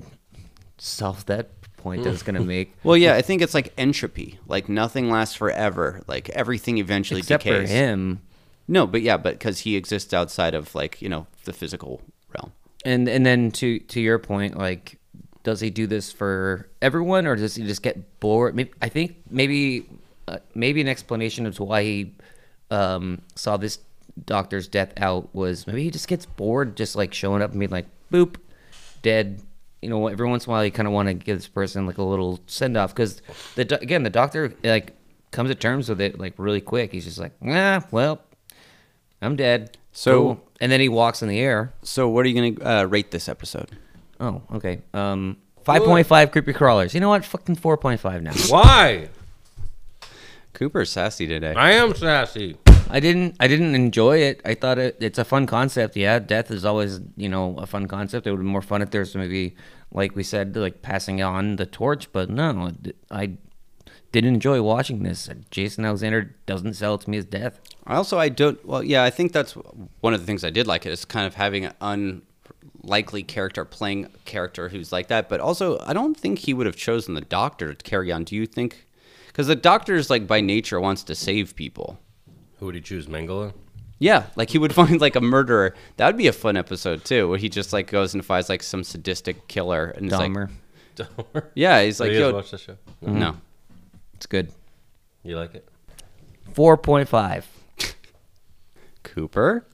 Speaker 2: solved that point I was gonna make.
Speaker 1: Well, yeah, I think it's like entropy. Like nothing lasts forever. Like everything eventually
Speaker 2: Except
Speaker 1: decays.
Speaker 2: for him,
Speaker 1: No, but yeah, but because he exists outside of like you know the physical realm.
Speaker 2: and and then to to your point, like, does he do this for everyone, or does he just get bored? Maybe, I think maybe uh, maybe an explanation as to why he um, saw this doctor's death out was maybe he just gets bored, just like showing up and being like, boop, dead. You know, every once in a while, you kind of want to give this person like a little send off because the do- again, the doctor like comes to terms with it like really quick. He's just like, ah, well, I'm dead.
Speaker 1: So-
Speaker 2: and then he walks in the air.
Speaker 1: So, what are you gonna uh, rate this episode?
Speaker 2: Oh, okay. Um, five point five creepy crawlers. You know what? Fucking four point five now.
Speaker 3: Why?
Speaker 1: Cooper's sassy today.
Speaker 3: I am sassy.
Speaker 2: I didn't. I didn't enjoy it. I thought it, it's a fun concept. Yeah, death is always you know a fun concept. It would be more fun if there's maybe like we said, like passing on the torch. But no, I did enjoy watching this. Jason Alexander doesn't sell it to me as death.
Speaker 1: Also, I don't. Well, yeah, I think that's one of the things I did like it is kind of having an unlikely character playing a character who's like that. But also, I don't think he would have chosen the doctor to carry on. Do you think? Because the doctor is like by nature wants to save people.
Speaker 3: Who would he choose, Mangala?
Speaker 1: Yeah, like he would find like a murderer. That would be a fun episode too, where he just like goes and finds like some sadistic killer and is like,
Speaker 2: Dahmer.
Speaker 1: yeah, he's
Speaker 3: Like,
Speaker 1: like,
Speaker 3: you guys
Speaker 1: yo,
Speaker 3: watch the show?
Speaker 1: no,
Speaker 2: It's good.
Speaker 3: You like it?
Speaker 2: Four point five.
Speaker 1: Cooper.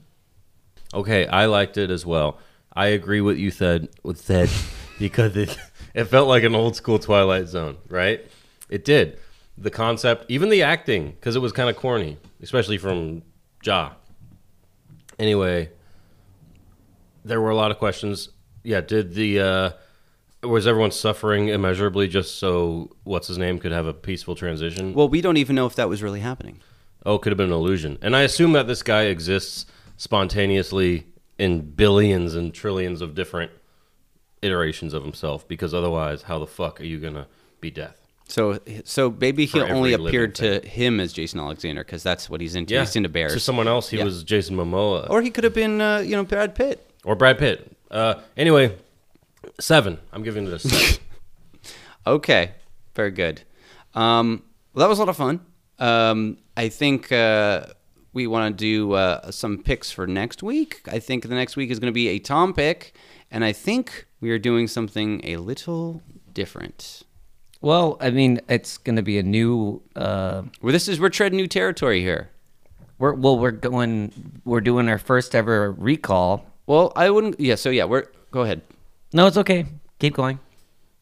Speaker 3: Okay, I liked it as well. I agree with you said with said because it it felt like an old school Twilight Zone, right? It did. The concept, even the acting, because it was kind of corny, especially from Ja. Anyway, there were a lot of questions. Yeah, did the uh, was everyone suffering immeasurably just so what's his name could have a peaceful transition?
Speaker 1: Well, we don't even know if that was really happening.
Speaker 3: Oh, it could have been an illusion. And I assume that this guy exists spontaneously in billions and trillions of different iterations of himself because otherwise, how the fuck are you going to be death?
Speaker 1: So, so maybe he
Speaker 3: For every
Speaker 1: only
Speaker 3: living
Speaker 1: appeared to him as Jason Alexander because that's what he's into. He's into bears.
Speaker 3: To someone else, he
Speaker 1: Yeah.
Speaker 3: was Jason Momoa or,
Speaker 1: or he could have been, uh, you know, Brad Pitt.
Speaker 3: Brad Pitt. Uh, anyway, seven. I'm giving it a seven.
Speaker 1: Okay, very good. Um, well, that was a lot of fun. Um, I think uh, we want to do uh, some picks for next week. I think the next week is going to be a Tom pick, and I think we are doing something a little different.
Speaker 2: Well, I mean, it's gonna be a new. Uh,
Speaker 1: Well, this is we're treading new territory here.
Speaker 2: we're well, we're going. We're doing our first ever recall.
Speaker 1: Well, I wouldn't. Yeah. So yeah, we're go ahead.
Speaker 2: No, it's okay. Keep going.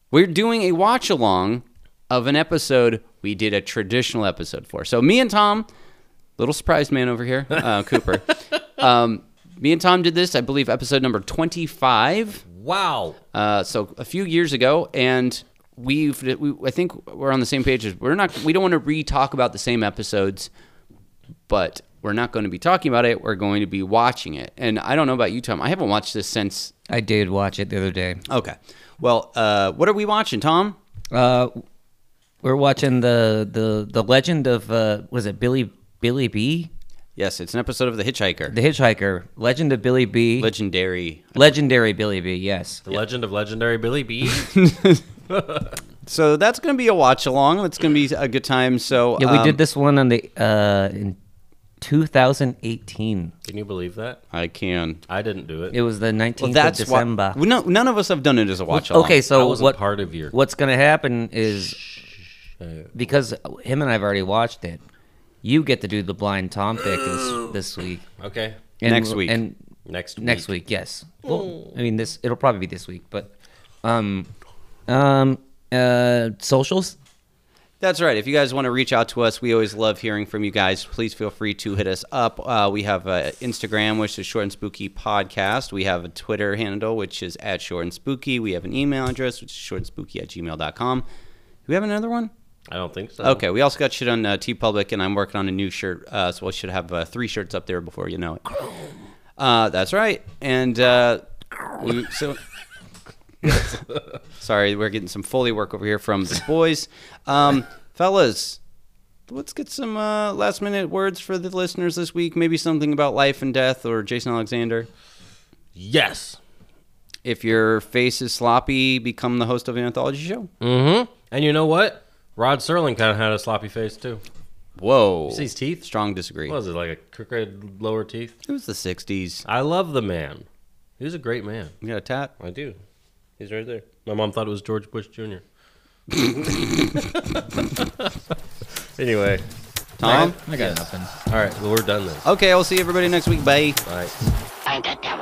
Speaker 1: We're doing a watch along of an episode we did a traditional episode for. So me and Tom, little surprise man over here, uh, Cooper. Um, me and Tom did this, I believe, episode number twenty-five.
Speaker 3: wow.
Speaker 1: Uh, so a few years ago, and we've we, I think we're on the same page. as We're not we don't want to re-talk about the same episodes, but we're not going to be talking about it. We're going to be watching it. And I don't know about you, Tom. I haven't watched this since.
Speaker 2: I did watch it the other day.
Speaker 1: Okay. Well, uh, what are we watching, Tom?
Speaker 2: Uh, we're watching the the the legend of uh, was it Billy Billy B,
Speaker 1: Yes, it's an episode of The Hitchhiker.
Speaker 2: the hitchhiker, legend of Billy B,
Speaker 1: legendary.
Speaker 2: legendary Billy B. Yes,
Speaker 3: The legend of legendary Billy B.
Speaker 1: So that's going to be a watch along. It's going to be a good time. So
Speaker 2: yeah, we
Speaker 1: um,
Speaker 2: did this one on the uh in 2018.
Speaker 3: Can you believe that?
Speaker 1: I can.
Speaker 3: I didn't do it.
Speaker 2: It was the 19th
Speaker 1: Well, that's
Speaker 2: of December.
Speaker 1: why. No, none of us have done it as a watch along.
Speaker 2: okay,
Speaker 3: I
Speaker 2: so
Speaker 3: wasn't
Speaker 2: what
Speaker 3: part of your-
Speaker 2: what's gonna happen is because him and I've already watched it. You get to do the blind Tom pick this this week.
Speaker 3: okay.
Speaker 2: And-
Speaker 1: Next week.
Speaker 2: and
Speaker 3: Next
Speaker 2: next week. Hmm. Yes. Well, I mean this. It'll probably be this week, but um, um, uh, socials.
Speaker 1: That's right. If you guys want to reach out to us, we always love hearing from you guys. Please feel free to hit us up. Uh, we have uh, Instagram, which is Short and Spooky Podcast. We have a Twitter handle, which is at Short and Spooky. We have an email address, which is shortandspooky at gmail.com. Do we have another one?
Speaker 3: I don't think so.
Speaker 1: Okay, we also got shit on uh, T Public, and I'm working on a new shirt, uh, so I should have uh, three shirts up there before you know it. Uh, that's right, and uh, we, so Sorry, we're getting some Foley work over here from the boys. Um, fellas, let's get some uh, last minute words for the listeners this week. Maybe something about life and death or Jason Alexander.
Speaker 3: Yes.
Speaker 1: If your face is sloppy, become the host of an anthology show.
Speaker 3: Mm-hmm. And you know what? Rod Serling kind of had a sloppy face too.
Speaker 1: Whoa.
Speaker 3: See his teeth?
Speaker 1: Strong disagree.
Speaker 3: What was it like a crooked lower teeth?
Speaker 1: It was the 60s.
Speaker 3: I love the man. He was a great man.
Speaker 1: You got a tat?
Speaker 3: I do. He's right there. My mom thought it was George Bush Jr. anyway,
Speaker 1: Tom?
Speaker 4: I got nothing.
Speaker 3: all right, well, we're done then.
Speaker 1: Okay, I'll see everybody next week. Bye.
Speaker 3: Bye.
Speaker 5: Find a devil.